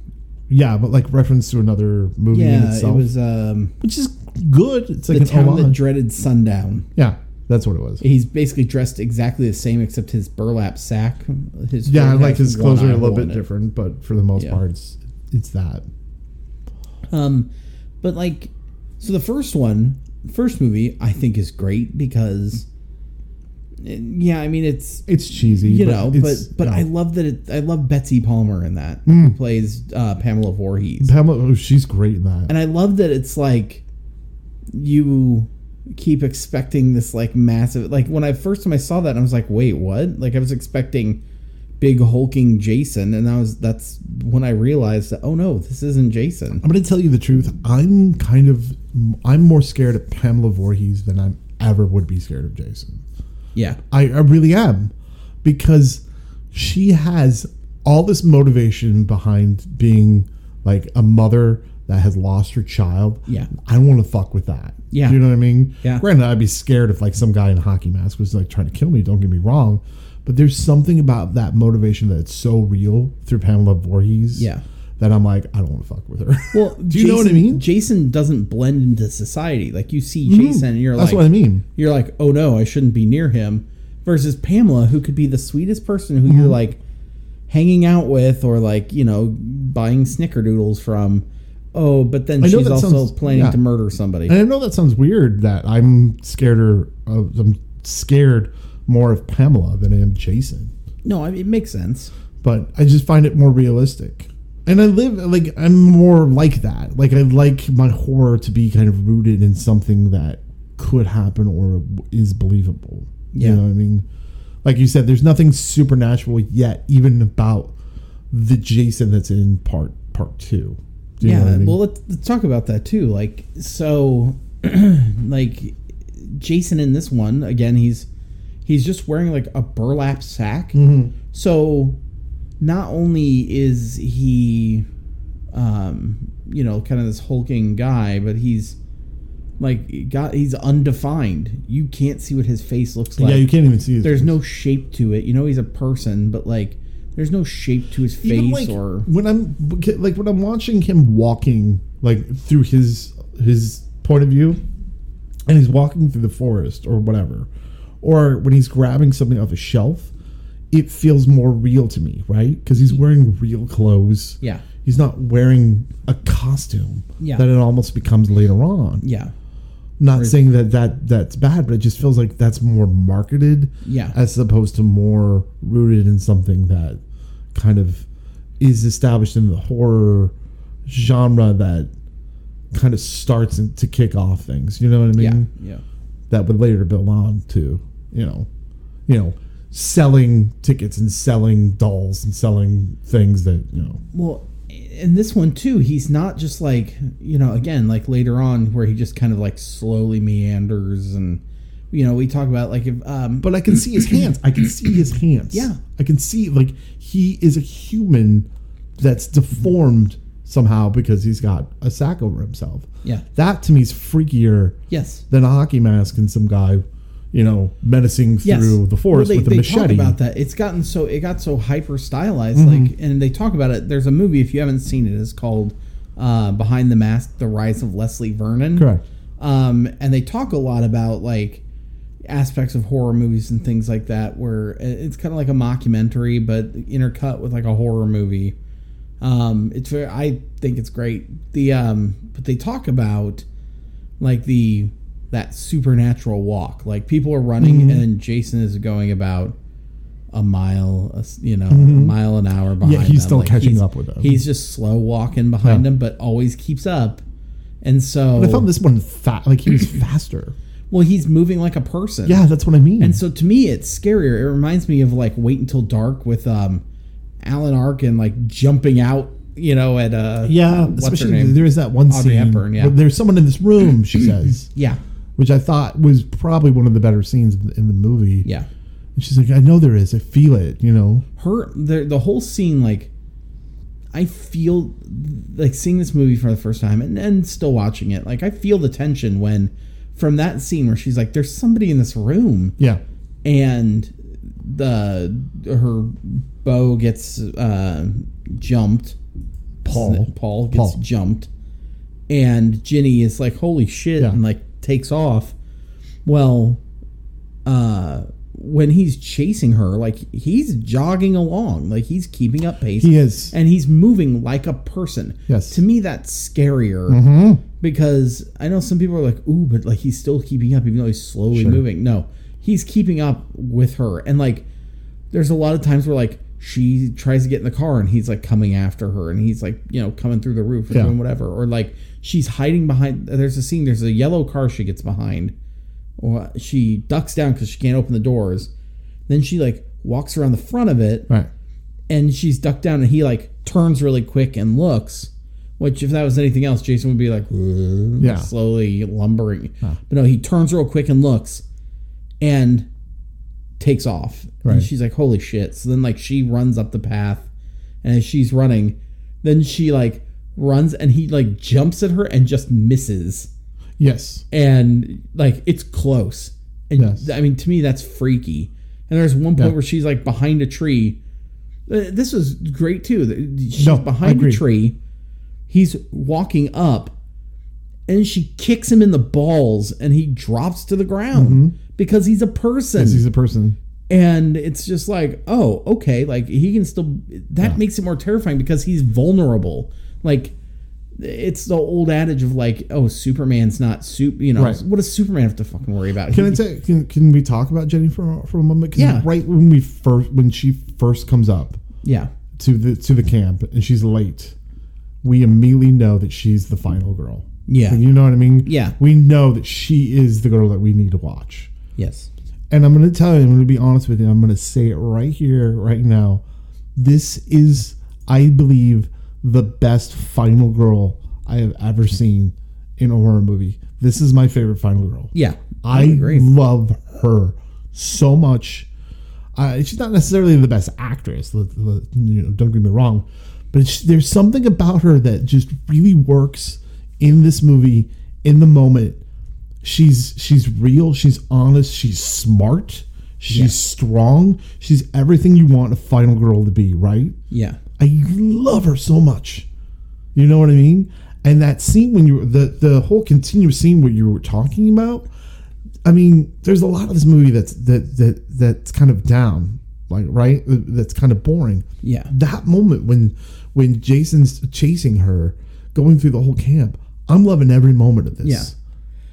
[SPEAKER 1] yeah, but like reference to another movie in
[SPEAKER 2] yeah it
[SPEAKER 1] itself,
[SPEAKER 2] was um
[SPEAKER 1] which is good. It's like
[SPEAKER 2] the
[SPEAKER 1] an
[SPEAKER 2] town that
[SPEAKER 1] homage.
[SPEAKER 2] dreaded sundown
[SPEAKER 1] yeah, that's what it was.
[SPEAKER 2] he's basically dressed exactly the same except his burlap sack his
[SPEAKER 1] Yeah, I
[SPEAKER 2] shirt
[SPEAKER 1] like
[SPEAKER 2] has
[SPEAKER 1] his
[SPEAKER 2] one
[SPEAKER 1] clothes are
[SPEAKER 2] eye
[SPEAKER 1] a little
[SPEAKER 2] hole
[SPEAKER 1] bit
[SPEAKER 2] in it.
[SPEAKER 1] different, but for the most
[SPEAKER 2] Yeah.
[SPEAKER 1] part, it's it's that.
[SPEAKER 2] Um, but like, so the first one, first movie, I think is great because, eh, yeah, I mean it's
[SPEAKER 1] It's cheesy,
[SPEAKER 2] you
[SPEAKER 1] but
[SPEAKER 2] know,
[SPEAKER 1] it's, Mm.
[SPEAKER 2] but but I love that it. I love Betsy Palmer in that who plays uh, Pamela Voorhees,
[SPEAKER 1] Pamela, oh, she's great in that.
[SPEAKER 2] and I love that it's like you keep expecting this like massive like when I first time I saw that I was like wait what like I was expecting big hulking Jason and I was that's when I realized that oh no this isn't Jason
[SPEAKER 1] I'm going to tell you the truth. I'm kind of I'm more scared of Pamela Voorhees than I ever would be scared of Jason.
[SPEAKER 2] yeah
[SPEAKER 1] I, I really am because she has all this motivation behind being like a mother that has lost her child.
[SPEAKER 2] Yeah.
[SPEAKER 1] I want to fuck with that.
[SPEAKER 2] Yeah.
[SPEAKER 1] you know what I mean.
[SPEAKER 2] Yeah.
[SPEAKER 1] granted, I'd be scared if like some guy in a hockey mask was like trying to kill me. Don't get me wrong, But there's something about that motivation that's so real through Pamela Voorhees.
[SPEAKER 2] Yeah.
[SPEAKER 1] That I'm like, I don't want to fuck with her.
[SPEAKER 2] Well,
[SPEAKER 1] do you know what I
[SPEAKER 2] Jason-
[SPEAKER 1] mean? Mm-hmm.
[SPEAKER 2] Jason doesn't blend into society. Like you see Jason, and you're
[SPEAKER 1] That's
[SPEAKER 2] like,
[SPEAKER 1] what I mean.
[SPEAKER 2] you're like, oh no, I shouldn't be near him. Versus Pamela, who could be the sweetest person who
[SPEAKER 1] Mm-hmm.
[SPEAKER 2] you're like hanging out with, or like you know buying snickerdoodles from. Oh, but then
[SPEAKER 1] I know
[SPEAKER 2] she's
[SPEAKER 1] that
[SPEAKER 2] also
[SPEAKER 1] sounds-
[SPEAKER 2] planning
[SPEAKER 1] yeah.
[SPEAKER 2] to murder somebody.
[SPEAKER 1] And I know that sounds weird that I'm scared or of I'm scared more of Pamela than I am Jason.
[SPEAKER 2] No, I mean, it makes sense.
[SPEAKER 1] But I just find it more realistic. And I live like I'm more like that. Like I like my horror to be kind of rooted in something that could happen or is believable.
[SPEAKER 2] Yeah.
[SPEAKER 1] You know what I mean? Like you said, there's nothing supernatural yet, even about the Jason that's in part part two. Do you know
[SPEAKER 2] yeah.
[SPEAKER 1] what I mean?
[SPEAKER 2] Well, let's, let's talk about that too. Like, so, like, Jason in this one again, he's he's just wearing like a burlap sack.
[SPEAKER 1] Mm-hmm.
[SPEAKER 2] So, not only is he, um, you know, kind of this hulking guy, but he's like got he's undefined. You can't see what his face looks like.
[SPEAKER 1] yeah, you can't even see. his
[SPEAKER 2] there's
[SPEAKER 1] face.
[SPEAKER 2] no shape to it. You know, he's a person, but like, there's no shape to his
[SPEAKER 1] Even,
[SPEAKER 2] face
[SPEAKER 1] like,
[SPEAKER 2] or
[SPEAKER 1] when I'm like when I'm watching him walking like through his his point of view, and he's walking through the forest or whatever, or when he's grabbing something off a shelf, it feels more real to me, right? Because he's wearing real clothes.
[SPEAKER 2] yeah,
[SPEAKER 1] he's not wearing a costume.
[SPEAKER 2] Yeah.
[SPEAKER 1] that it almost becomes later on.
[SPEAKER 2] yeah.
[SPEAKER 1] Not saying that that that's bad, but it just feels like that's more marketed
[SPEAKER 2] Yeah.
[SPEAKER 1] as opposed to more rooted in something that kind of is established in the horror genre that kind of starts in, to kick off things. You know what I
[SPEAKER 2] yeah,
[SPEAKER 1] mean?
[SPEAKER 2] yeah,
[SPEAKER 1] That would later build on to you know, you know, selling tickets and selling dolls and selling things that you know.
[SPEAKER 2] Well, in this one too, he's not just like you know again like later on where he just kind of like slowly meanders and you know we talk about like if um
[SPEAKER 1] But I can see his hands. I can see his hands.
[SPEAKER 2] Yeah.
[SPEAKER 1] I can see like he is a human that's deformed somehow because he's got a sack over himself.
[SPEAKER 2] yeah
[SPEAKER 1] That to me is freakier
[SPEAKER 2] yes
[SPEAKER 1] than a hockey mask and some guy, you know, menacing through
[SPEAKER 2] yes
[SPEAKER 1] the forest
[SPEAKER 2] Well,
[SPEAKER 1] with a machete. Mm-hmm.
[SPEAKER 2] talk about that it's gotten so it got so hyper stylized like and they talk about it there's a movie if you haven't seen it it's called uh, Behind the Mask The Rise of Leslie Vernon
[SPEAKER 1] Correct.
[SPEAKER 2] um, and they talk a lot about like aspects of horror movies and things like that where it- it's kind of like a mockumentary but intercut with like a horror movie um, it's very i think it's great the um, but they talk about like the that supernatural walk like people are running
[SPEAKER 1] Mm-hmm.
[SPEAKER 2] and jason is going about a mile a s- you know a mile an hour behind
[SPEAKER 1] Mm-hmm. Yeah, he's
[SPEAKER 2] them.
[SPEAKER 1] still
[SPEAKER 2] Like,
[SPEAKER 1] catching
[SPEAKER 2] he's-
[SPEAKER 1] up with them.
[SPEAKER 2] he's just slow walking behind them but always keeps up and so
[SPEAKER 1] I found this one fat like he was faster.
[SPEAKER 2] well, he's moving like a person.
[SPEAKER 1] Yeah, that's what I mean.
[SPEAKER 2] And so to me, it's scarier. It reminds me of like Wait Until Dark with um, Alan Arkin like jumping out, you know, at uh,
[SPEAKER 1] yeah,
[SPEAKER 2] what's her
[SPEAKER 1] especially
[SPEAKER 2] name?
[SPEAKER 1] there is that one
[SPEAKER 2] Audrey
[SPEAKER 1] scene.
[SPEAKER 2] Hepburn, yeah.
[SPEAKER 1] where There's someone in this room, she says,
[SPEAKER 2] yeah,
[SPEAKER 1] which I thought was probably one of the better scenes in the- in the movie.
[SPEAKER 2] yeah.
[SPEAKER 1] And she's like, I know there is. I feel it, you know.
[SPEAKER 2] Her the the whole scene like. I feel like seeing this movie for the first time and, and still watching it. Like I feel the tension when, from that scene where she's like, "There's somebody in this room,"
[SPEAKER 1] Yeah.
[SPEAKER 2] and the her bow gets uh, jumped.
[SPEAKER 1] Paul.
[SPEAKER 2] Paul gets
[SPEAKER 1] Paul.
[SPEAKER 2] jumped, and Ginny is like, "Holy shit!"
[SPEAKER 1] Yeah.
[SPEAKER 2] and like takes off. Well, uh, when he's chasing her, like he's jogging along, like he's keeping up pace.
[SPEAKER 1] He is.
[SPEAKER 2] and he's moving like a person.
[SPEAKER 1] Yes. Mm-hmm.
[SPEAKER 2] to me that's scarier because I know some people are like, ooh, but like he's still keeping up even though he's slowly moving. No, he's keeping up with her. And like, there's a lot of times where like she tries to get in the car and he's like coming after her and he's like, you know, coming through the roof or
[SPEAKER 1] Yeah.
[SPEAKER 2] doing whatever. Or like she's hiding behind, there's a scene, there's a yellow car she gets behind. Or she ducks down because she can't open the doors. Then she like walks around the front of it
[SPEAKER 1] Right.
[SPEAKER 2] and she's ducked down and he like turns really quick and looks which if that was anything else jason would be like
[SPEAKER 1] Yeah.
[SPEAKER 2] slowly lumbering but no he turns real quick and looks and takes off
[SPEAKER 1] Right.
[SPEAKER 2] and she's like holy shit so then like she runs up the path and as she's running then she like runs and he like jumps at her and just misses
[SPEAKER 1] Yes.
[SPEAKER 2] and like it's close and
[SPEAKER 1] Yes.
[SPEAKER 2] i mean to me that's freaky And there's one point
[SPEAKER 1] Yeah.
[SPEAKER 2] where she's like behind a tree. Uh, This was great too. that She's
[SPEAKER 1] No, I
[SPEAKER 2] behind a
[SPEAKER 1] agree.
[SPEAKER 2] tree. He's walking up, and she kicks him in the balls, and he drops to the ground because he's a person.
[SPEAKER 1] Mm-hmm. Because he's a person.
[SPEAKER 2] and it's just like, oh, okay, like he can still. That makes it more terrifying because he's vulnerable. Like it's the old adage of like, oh, Superman's not super. You know,
[SPEAKER 1] Right.
[SPEAKER 2] what does Superman have to fucking worry about?
[SPEAKER 1] Can
[SPEAKER 2] He-
[SPEAKER 1] I say? Can, can we talk about Jenny for for a moment? 'Cause
[SPEAKER 2] Yeah.
[SPEAKER 1] Right when we first when she first comes up
[SPEAKER 2] yeah,
[SPEAKER 1] to the to the camp and she's late, we immediately know that she's the final girl.
[SPEAKER 2] Yeah.
[SPEAKER 1] You know what I mean?
[SPEAKER 2] Yeah.
[SPEAKER 1] We know that she is the girl that we need to watch.
[SPEAKER 2] yes,
[SPEAKER 1] And I'm going to tell you, I'm going to be honest with you. I'm going to say it right here, right now. This is, I believe, the best final girl I have ever seen in a horror movie. This is my favorite final girl.
[SPEAKER 2] yeah,
[SPEAKER 1] I love her so much. Uh, she's not necessarily the best actress. let- let- you know, don't get me wrong, but it's, there's something about her that just really works in this movie in the moment. She's she's real. She's honest. She's smart. She's strong. She's everything you want a final girl to be. Right.
[SPEAKER 2] yeah,
[SPEAKER 1] I love her so much. You know what I mean? And that scene when you the the whole continuous scene what you were talking about. I mean, there's a lot of this movie that's that that that's kind of down, like right, Uh, that's kind of boring.
[SPEAKER 2] yeah,
[SPEAKER 1] That moment when when Jason's chasing her, going through the whole camp, I'm loving every moment of this.
[SPEAKER 2] Yeah.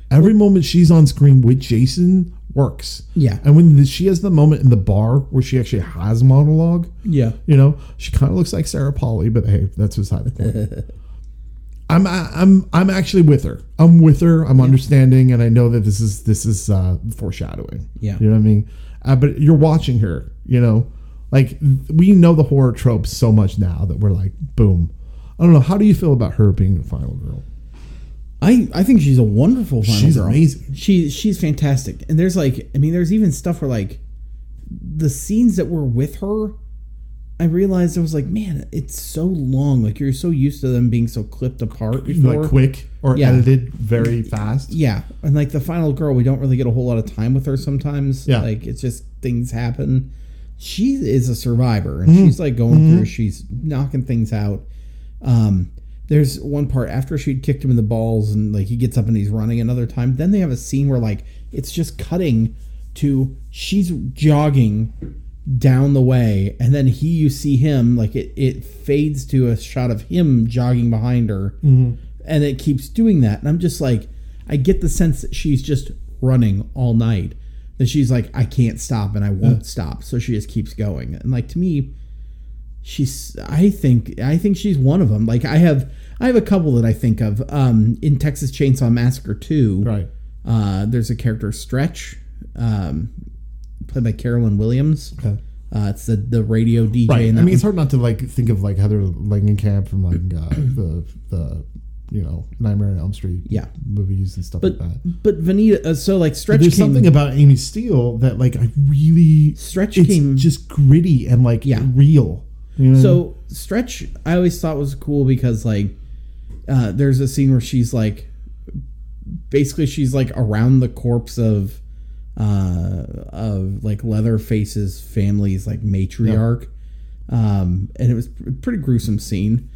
[SPEAKER 1] Every moment she's on screen with Jason works.
[SPEAKER 2] Yeah.
[SPEAKER 1] And when she has the moment in the bar where she actually has monologue,
[SPEAKER 2] yeah,
[SPEAKER 1] you know, she kind of looks like Sarah Polly, but hey, that's beside the point. I'm I- I'm I'm actually with her. I'm with her. I'm understanding, and I know that this is this is uh, foreshadowing.
[SPEAKER 2] Yeah.
[SPEAKER 1] you know what I mean. Uh, but you're watching her. You know, like we know the horror tropes so much now that we're like, boom. I don't know. How do you feel about her being the final girl?
[SPEAKER 2] I I think she's a wonderful final
[SPEAKER 1] She's
[SPEAKER 2] girl.
[SPEAKER 1] amazing.
[SPEAKER 2] She she's fantastic. And there's like I mean there's even stuff where like the scenes that were with her I realized I was like, man, it's so long. Like you're so used to them being so clipped apart before.
[SPEAKER 1] Like quick or
[SPEAKER 2] Yeah.
[SPEAKER 1] edited very fast.
[SPEAKER 2] Yeah. And like the final girl, we don't really get a whole lot of time with her sometimes.
[SPEAKER 1] Yeah.
[SPEAKER 2] Like it's just things happen. She is a survivor
[SPEAKER 1] Mm-hmm.
[SPEAKER 2] and she's like going through, she's knocking things out. Um, there's one part after she'd kicked him in the balls and like he gets up and he's running another time. Then they have a scene where like it's just cutting to she's jogging down the way and then he you see him like it it fades to a shot of him jogging behind her and it keeps doing that and i'm just like i get the sense that she's just running all night that she's like i can't stop and i won't stop so she just keeps going and like to me she's i think i think she's one of them like i have i have a couple that i think of um in texas chainsaw massacre 2
[SPEAKER 1] Right.
[SPEAKER 2] uh there's a character stretch um played by carolyn williams
[SPEAKER 1] Okay.
[SPEAKER 2] uh, it's the, the radio DJ
[SPEAKER 1] Right. I
[SPEAKER 2] and that
[SPEAKER 1] mean, it's hard not to like think of like Heather Langenkamp from like uh, the the you know Nightmare on Elm Street
[SPEAKER 2] Yeah.
[SPEAKER 1] movies and stuff like that.
[SPEAKER 2] one. But Vanita, uh, so like Stretch
[SPEAKER 1] There's
[SPEAKER 2] came,
[SPEAKER 1] something about Amy Steele that like I really
[SPEAKER 2] Stretch
[SPEAKER 1] it's
[SPEAKER 2] came-
[SPEAKER 1] just gritty and like
[SPEAKER 2] Yeah.
[SPEAKER 1] real. You know?
[SPEAKER 2] So Stretch, I always thought was cool because like, uh, there's a scene where she's like, basically she's like around the corpse of, uh, of like Leatherface's family's like matriarch, um, and it was a pretty gruesome scene.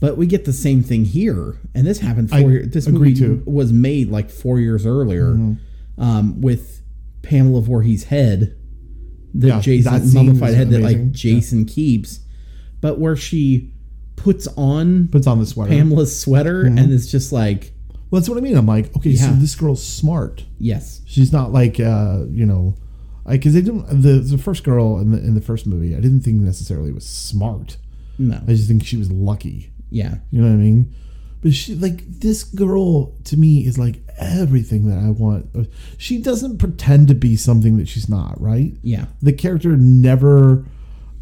[SPEAKER 2] But we get the same thing here, and this happened four.
[SPEAKER 1] I
[SPEAKER 2] year, this
[SPEAKER 1] agree
[SPEAKER 2] movie
[SPEAKER 1] too. Mm-hmm.
[SPEAKER 2] was made like four years earlier, um, with Pamela Voorhees' head, the
[SPEAKER 1] Yeah, that
[SPEAKER 2] Jason
[SPEAKER 1] scene
[SPEAKER 2] mummified
[SPEAKER 1] is
[SPEAKER 2] head that like
[SPEAKER 1] amazing.
[SPEAKER 2] Jason keeps, but where she puts on
[SPEAKER 1] puts on the sweater.
[SPEAKER 2] Pamela's sweater
[SPEAKER 1] Mm-hmm.
[SPEAKER 2] and is just like,
[SPEAKER 1] well, that's what I mean. I'm like, okay, so
[SPEAKER 2] Yeah.
[SPEAKER 1] this girl's smart.
[SPEAKER 2] yes,
[SPEAKER 1] She's not like uh, you know, because they didn't the the first girl in the in the first movie. I didn't think necessarily was smart.
[SPEAKER 2] no,
[SPEAKER 1] I just think she was lucky.
[SPEAKER 2] yeah,
[SPEAKER 1] You know what I mean? But she like this girl to me is like everything that I want. She doesn't pretend to be something that she's not, right?
[SPEAKER 2] yeah,
[SPEAKER 1] The character never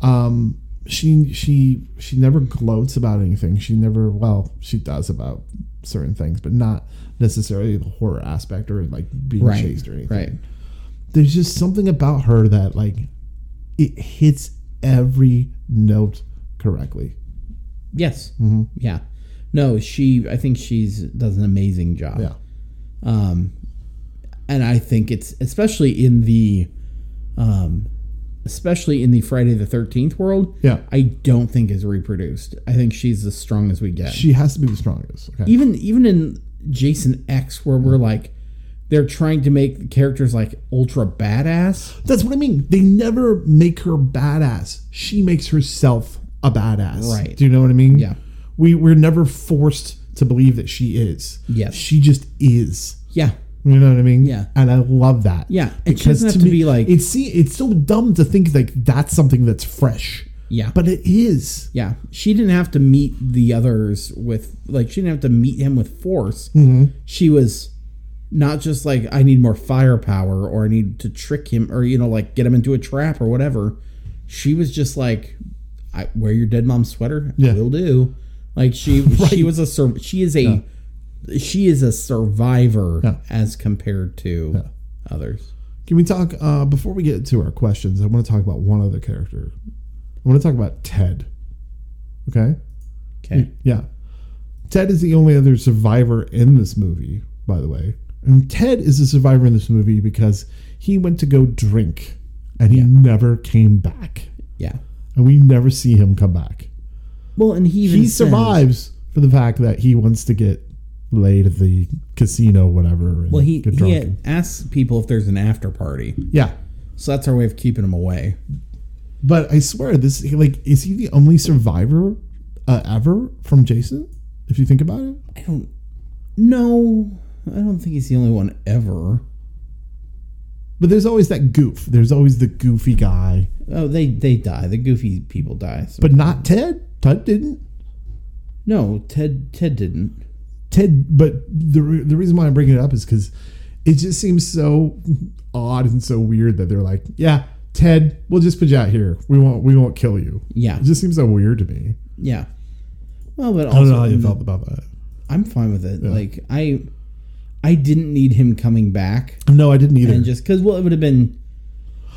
[SPEAKER 1] um she she she never gloats about anything. She never well, she does about certain things, but not necessarily the horror aspect or like being
[SPEAKER 2] right,
[SPEAKER 1] chased or anything
[SPEAKER 2] right,
[SPEAKER 1] there's just something about her that like it hits every note correctly.
[SPEAKER 2] yes, mm-hmm. yeah. No, she. I think she's does an amazing job.
[SPEAKER 1] Yeah.
[SPEAKER 2] um, and I think it's especially in the um, especially in the Friday the 13th world,
[SPEAKER 1] Yeah.
[SPEAKER 2] I don't think is reproduced. I think she's as strong as we get.
[SPEAKER 1] She has to be the strongest. Okay.
[SPEAKER 2] even even in Jason X where we're like they're trying to make the characters like ultra badass.
[SPEAKER 1] That's what I mean. They never make her badass. She makes herself a badass.
[SPEAKER 2] Right.
[SPEAKER 1] Do you know what I mean?
[SPEAKER 2] Yeah.
[SPEAKER 1] We we're never forced to believe that she is.
[SPEAKER 2] Yes.
[SPEAKER 1] She just is.
[SPEAKER 2] Yeah.
[SPEAKER 1] You know what I mean?
[SPEAKER 2] Yeah.
[SPEAKER 1] And I love that.
[SPEAKER 2] Yeah. And she doesn't have to be like
[SPEAKER 1] it's see, it's so dumb to think like that's something that's fresh.
[SPEAKER 2] Yeah.
[SPEAKER 1] But it is.
[SPEAKER 2] Yeah, she didn't have to meet the others with like she didn't have to meet him with force.
[SPEAKER 1] Mm-hmm.
[SPEAKER 2] She was not just like I need more firepower or I need to trick him or you know like get him into a trap or whatever. She was just like, I wear your dead mom's sweater.
[SPEAKER 1] Yeah.
[SPEAKER 2] will do. Like she she was a sur- she is a she is a survivor
[SPEAKER 1] Yeah.
[SPEAKER 2] as compared to others.
[SPEAKER 1] Can we talk uh, before we get to our questions? I want to talk about one other character. I want to talk about Ted. Okay.
[SPEAKER 2] Okay,
[SPEAKER 1] Yeah. Ted is the only other survivor in this movie, by the way. And Ted is a survivor in this movie because he went to go drink and he never came back.
[SPEAKER 2] yeah.
[SPEAKER 1] And we never see him come back.
[SPEAKER 2] Well, and he even
[SPEAKER 1] He
[SPEAKER 2] says-
[SPEAKER 1] survives for the fact that he wants to get laid at the casino, whatever. and
[SPEAKER 2] Well, he,
[SPEAKER 1] get drunk.
[SPEAKER 2] he asks people if there's an after party.
[SPEAKER 1] yeah.
[SPEAKER 2] So that's our way of keeping him away.
[SPEAKER 1] But I swear, this, like, is he the only survivor uh, ever from Jason? If you think about it,
[SPEAKER 2] I don't. No, I don't think he's the only one ever.
[SPEAKER 1] but there's always that goof. There's always the goofy guy
[SPEAKER 2] Oh, they they die. The goofy people die. So.
[SPEAKER 1] but not Ted. Ted didn't.
[SPEAKER 2] no, Ted Ted didn't.
[SPEAKER 1] Ted, but the re- the reason why I'm bringing it up is because it just seems so odd and so weird that they're like, yeah, Ted, we'll just put you out here. We won't we won't kill you.
[SPEAKER 2] Yeah,
[SPEAKER 1] It just seems so weird to me.
[SPEAKER 2] yeah. Well, but
[SPEAKER 1] I don't
[SPEAKER 2] also
[SPEAKER 1] know how you felt about that.
[SPEAKER 2] I'm fine with it. Like I, I didn't need him coming back,
[SPEAKER 1] No, I didn't either.
[SPEAKER 2] and just because well, it would have been,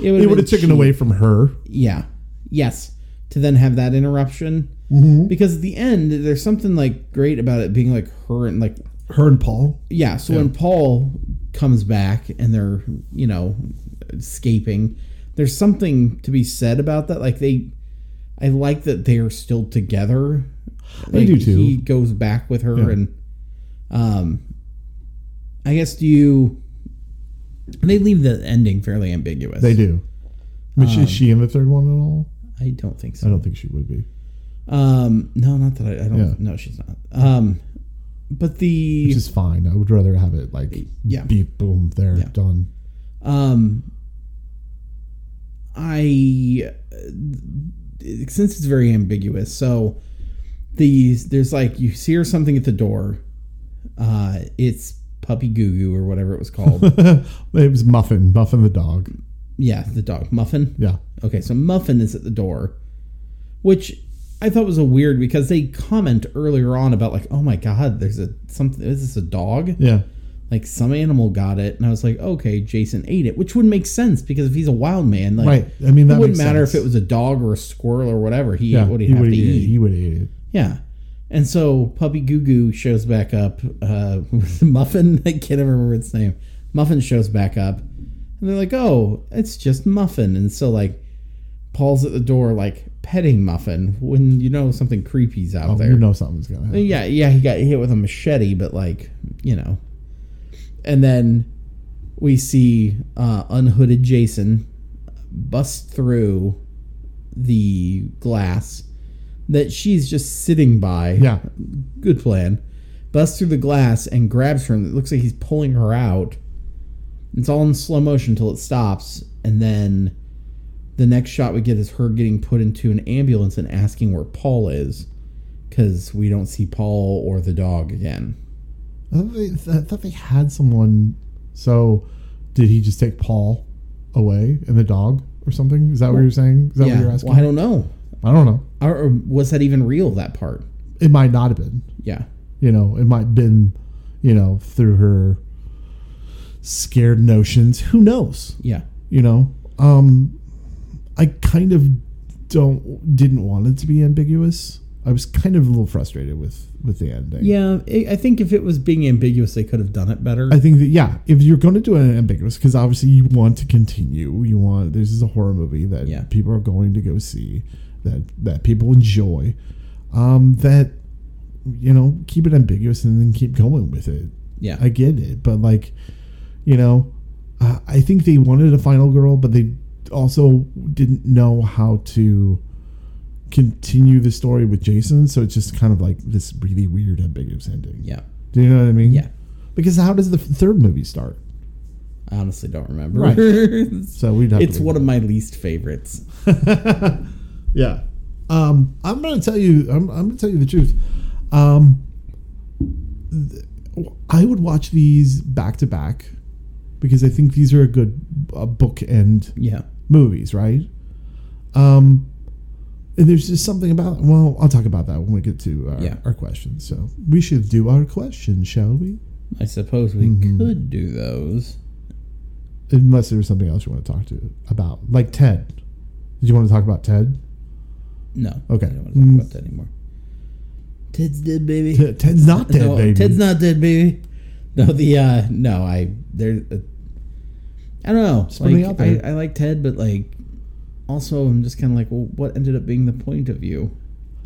[SPEAKER 2] it would
[SPEAKER 1] it would have taken away from her.
[SPEAKER 2] Yeah. Yes. To then have that interruption.
[SPEAKER 1] Mm-hmm.
[SPEAKER 2] Because at the end, there's something like great about it being like her and like
[SPEAKER 1] Her and Paul.
[SPEAKER 2] Yeah, so when Paul comes back and they're, you know, escaping, there's something to be said about that. Like they I like that they are still together.
[SPEAKER 1] I do too.
[SPEAKER 2] He goes back with her
[SPEAKER 1] Yeah.
[SPEAKER 2] and um I guess do you they leave the ending fairly ambiguous.
[SPEAKER 1] They do. I mean,
[SPEAKER 2] Um,
[SPEAKER 1] is she in the third one at all?
[SPEAKER 2] I don't think so.
[SPEAKER 1] I don't think she would be.
[SPEAKER 2] Um no, not that I, I don't
[SPEAKER 1] Yeah.
[SPEAKER 2] no, she's not. Um but the
[SPEAKER 1] Which is fine. I would rather have it like
[SPEAKER 2] Yeah.
[SPEAKER 1] beep boom there
[SPEAKER 2] Yeah.
[SPEAKER 1] done.
[SPEAKER 2] Um, I since it's very ambiguous, so these there's like you see her something at the door. Uh, it's Puppy Goo Goo or whatever it was called.
[SPEAKER 1] it was Muffin, Muffin the dog.
[SPEAKER 2] yeah, the dog Muffin.
[SPEAKER 1] Yeah.
[SPEAKER 2] Okay, so Muffin is at the door, which I thought was a weird because they comment earlier on about like, oh my god, there's a something. Is this a dog?
[SPEAKER 1] Yeah.
[SPEAKER 2] like some animal got it and i was like okay jason ate it which would make sense because if he's a wild man like
[SPEAKER 1] Right. I mean, that
[SPEAKER 2] it wouldn't
[SPEAKER 1] makes
[SPEAKER 2] matter
[SPEAKER 1] sense.
[SPEAKER 2] if it was a dog or a squirrel or whatever he ate what he'd
[SPEAKER 1] he
[SPEAKER 2] have
[SPEAKER 1] would
[SPEAKER 2] to
[SPEAKER 1] eat it.
[SPEAKER 2] eat
[SPEAKER 1] He would eat it.
[SPEAKER 2] yeah and so puppy goo goo shows back up uh with muffin i can't even remember its name muffin shows back up and they're like oh it's just muffin and so like paul's at the door like petting muffin when you know something creepy's out there
[SPEAKER 1] You know something's gonna happen.
[SPEAKER 2] yeah, yeah, he got hit with a machete, but like, you know. And then we see uh, unhooded Jason bust through the glass that she's just sitting by.
[SPEAKER 1] Yeah,
[SPEAKER 2] Good plan. Busts through the glass and grabs her, and it looks like he's pulling her out. It's all in slow motion until it stops, and then the next shot we get is her getting put into an ambulance and asking where Paul is, because we don't see Paul or the dog again.
[SPEAKER 1] I thought, they, I thought they had someone. So, did he just take Paul away and the dog or something? Is that what you're saying? Is that what
[SPEAKER 2] Yeah,
[SPEAKER 1] you're asking?
[SPEAKER 2] well, I don't know.
[SPEAKER 1] I don't know.
[SPEAKER 2] Or, or was that even real? That part?
[SPEAKER 1] It might not have been.
[SPEAKER 2] Yeah,
[SPEAKER 1] You know, it might have been. You know, through her scared notions. Who knows?
[SPEAKER 2] yeah,
[SPEAKER 1] You know. Um, I kind of don't didn't want it to be ambiguous. I was kind of a little frustrated with with the ending.
[SPEAKER 2] Yeah, i I think if it was being ambiguous, they could have done it better.
[SPEAKER 1] I think that yeah, if you're going to do an ambiguous, because obviously you want to continue, you want this is a horror movie that
[SPEAKER 2] Yeah.
[SPEAKER 1] people are going to go see, that that people enjoy, um, that you know keep it ambiguous and then keep going with it.
[SPEAKER 2] yeah,
[SPEAKER 1] I get it, but like, you know, I I think they wanted a final girl, but they also didn't know how to continue the story with Jason, so it's just kind of like this really weird ambiguous ending.
[SPEAKER 2] yeah.
[SPEAKER 1] Do you know what I mean?
[SPEAKER 2] Yeah.
[SPEAKER 1] Because how does the third movie start?
[SPEAKER 2] I honestly don't remember.
[SPEAKER 1] Right.
[SPEAKER 2] it's
[SPEAKER 1] So we'd have to
[SPEAKER 2] one of my least favorites.
[SPEAKER 1] yeah. Um, I'm gonna tell you. I'm, I'm gonna tell you the truth. Um, th- I would watch these back to back because I think these are a good uh, bookend
[SPEAKER 2] Yeah,
[SPEAKER 1] movies, right? Um, and there's just something about. Well, I'll talk about that when we get to our,
[SPEAKER 2] Yeah.
[SPEAKER 1] our questions. So we should do our questions, shall we?
[SPEAKER 2] I suppose we
[SPEAKER 1] Mm-hmm.
[SPEAKER 2] could do those.
[SPEAKER 1] Unless there's something else you want to talk to about, like Ted. Did you want to talk about Ted?
[SPEAKER 2] No.
[SPEAKER 1] Okay.
[SPEAKER 2] I don't want to talk
[SPEAKER 1] Mm.
[SPEAKER 2] about that anymore. Ted's dead, baby.
[SPEAKER 1] Ted- Ted's not dead,
[SPEAKER 2] no,
[SPEAKER 1] baby.
[SPEAKER 2] Ted's not dead, baby. No, the uh no, I there. Uh, I don't know.
[SPEAKER 1] putting it
[SPEAKER 2] Like,
[SPEAKER 1] out
[SPEAKER 2] I,
[SPEAKER 1] there.
[SPEAKER 2] I like Ted, but like, also I'm just kind of like, well, what ended up being the point of view?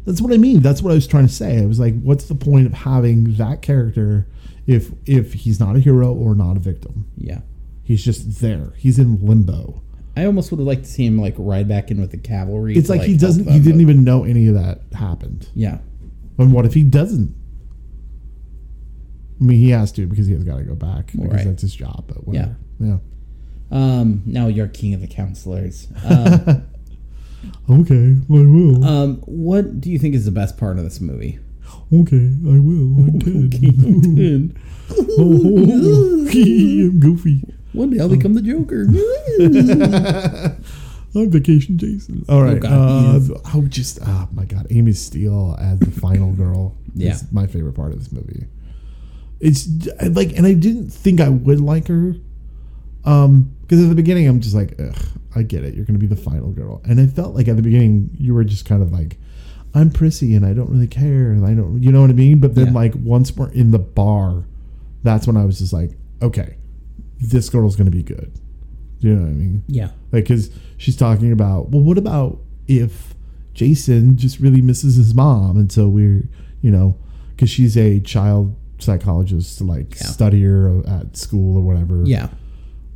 [SPEAKER 1] That's what I mean. That's what I was trying to say. I was like, what's the point of having that character if if he's not a hero or not a victim?
[SPEAKER 2] Yeah,
[SPEAKER 1] He's just there. He's in limbo.
[SPEAKER 2] I almost would have liked to see him like ride back in with the cavalry.
[SPEAKER 1] It's
[SPEAKER 2] to,
[SPEAKER 1] like, he
[SPEAKER 2] help
[SPEAKER 1] doesn't.
[SPEAKER 2] them,
[SPEAKER 1] He
[SPEAKER 2] but-
[SPEAKER 1] didn't even know any of that happened.
[SPEAKER 2] Yeah,
[SPEAKER 1] And what if he doesn't? I mean, he has to because he has got to go back because
[SPEAKER 2] right.
[SPEAKER 1] that's his job. But whatever. Yeah.
[SPEAKER 2] Um, now you're king of the counselors. Um,
[SPEAKER 1] Okay, I will.
[SPEAKER 2] um, what do you think is the best part of this movie?
[SPEAKER 1] okay, I will. I'm Ted. Oh, I'm Goofy.
[SPEAKER 2] One day I'll become the Joker.
[SPEAKER 1] On vacation, Jason. All right.
[SPEAKER 2] Oh, God, he
[SPEAKER 1] uh, I would just, oh my God, Amy Steele as the final girl
[SPEAKER 2] Yeah.
[SPEAKER 1] is my favorite part of this movie. It's I like, and I didn't think I would like her, um, because at the beginning I'm just like, Ugh, I get it, you're gonna be the final girl, and I felt like at the beginning you were just kind of like, I'm prissy and I don't really care, and I don't, you know what I mean. But then
[SPEAKER 2] Yeah.
[SPEAKER 1] like once we're in the bar, that's when I was just like, okay, this girl's gonna be good. Do you know what I mean?
[SPEAKER 2] yeah,
[SPEAKER 1] Like, because she's talking about, well, what about if Jason just really misses his mom? And so we're, you know, because she's a child psychologist, like
[SPEAKER 2] Yeah.
[SPEAKER 1] studier at school or whatever.
[SPEAKER 2] yeah,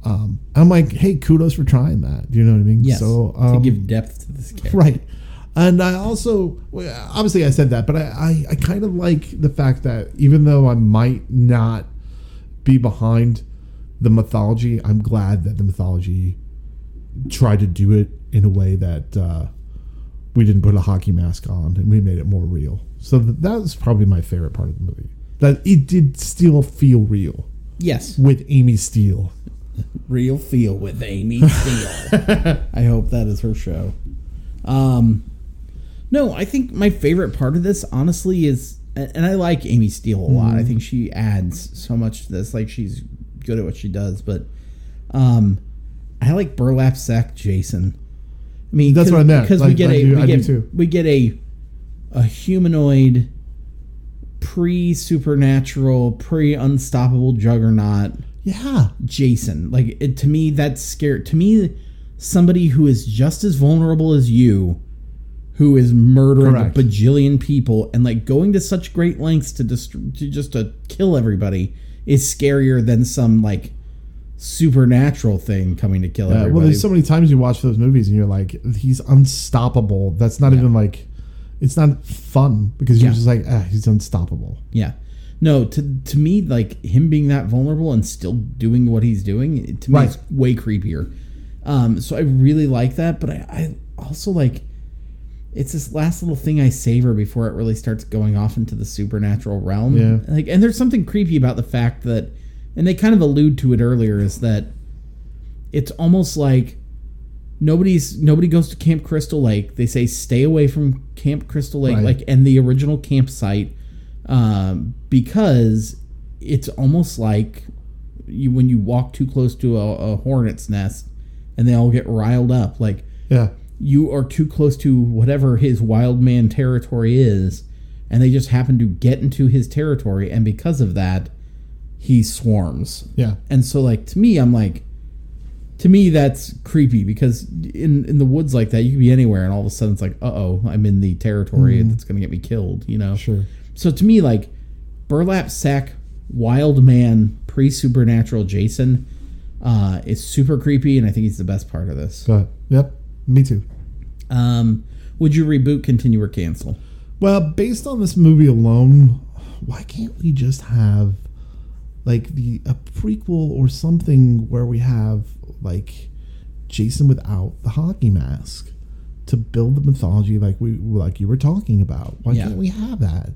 [SPEAKER 1] Um, I'm like, hey, kudos for trying that. Do you know what I mean?
[SPEAKER 2] yes.
[SPEAKER 1] So, um,
[SPEAKER 2] to give depth to this character.
[SPEAKER 1] right. And I also, well, obviously, I said that, but I, I, I kind of like the fact that even though I might not be behind the mythology, I'm glad that the mythology tried to do it in a way that uh, we didn't put a hockey mask on and we made it more real. So th- that was probably my favorite part of the movie. That it did still feel real
[SPEAKER 2] Yes,
[SPEAKER 1] with Amy Steele.
[SPEAKER 2] real feel with Amy Steele. I hope that is her show. Um, no, I think my favorite part of this, honestly, is and and I like Amy Steele a lot. I think she adds so much to this. Like she's good at what she does, but um, I like burlap sack Jason. I mean,
[SPEAKER 1] That's
[SPEAKER 2] 'cause-
[SPEAKER 1] what I meant.
[SPEAKER 2] Because we
[SPEAKER 1] Like,
[SPEAKER 2] get
[SPEAKER 1] I
[SPEAKER 2] a
[SPEAKER 1] do-
[SPEAKER 2] we
[SPEAKER 1] I do
[SPEAKER 2] get,
[SPEAKER 1] too.
[SPEAKER 2] we get a a humanoid pre supernatural pre unstoppable juggernaut
[SPEAKER 1] Yeah.
[SPEAKER 2] Jason. Like it, to me, that's scary. To me, somebody who is just as vulnerable as you, who is murdering
[SPEAKER 1] Correct.
[SPEAKER 2] a bajillion people and like going to such great lengths to dist- to just to kill everybody, is scarier than some like supernatural thing coming to kill
[SPEAKER 1] Yeah,
[SPEAKER 2] everybody.
[SPEAKER 1] Uh, well, there's so many times you watch those movies and you're like, he's unstoppable. That's not even like, it's not fun because you're
[SPEAKER 2] Yeah.
[SPEAKER 1] just like, ah, he's unstoppable.
[SPEAKER 2] yeah. No, to to me, like him being that vulnerable and still doing what he's doing, it- to me,
[SPEAKER 1] Right.
[SPEAKER 2] is way creepier. Um, so I really like that, but I, I also like it's this last little thing I savor before it really starts going off into the supernatural realm.
[SPEAKER 1] Yeah.
[SPEAKER 2] Like, and there's something creepy about the fact that, and they kind of allude to it earlier, is that it's almost like nobody's nobody goes to Camp Crystal Lake. They say stay away from Camp Crystal Lake,
[SPEAKER 1] Right.
[SPEAKER 2] like and the original campsite, um, because it's almost like you when you walk too close to a, a hornet's nest, and they all get riled up. Like
[SPEAKER 1] Yeah.
[SPEAKER 2] you are too close to whatever his wild man territory is, and they just happen to get into his territory, and because of that, he swarms.
[SPEAKER 1] Yeah.
[SPEAKER 2] And so, like to me, I'm like, to me, that's creepy because in in the woods like that, you could be anywhere, and all of a sudden it's like, uh oh, I'm in the territory that's gonna get me killed. You know.
[SPEAKER 1] Mm-hmm. Sure.
[SPEAKER 2] So to me, like burlap sack, wild man, pre supernatural Jason, uh, is super creepy, and I think he's the best part of this.
[SPEAKER 1] Go ahead. Yep. Me too.
[SPEAKER 2] Um, would you reboot, continue, or cancel?
[SPEAKER 1] Well, based on this movie alone, why can't we just have like the a prequel or something where we have like Jason without the hockey mask to build the mythology like we like you were talking about? Why
[SPEAKER 2] Yeah.
[SPEAKER 1] can't we have that?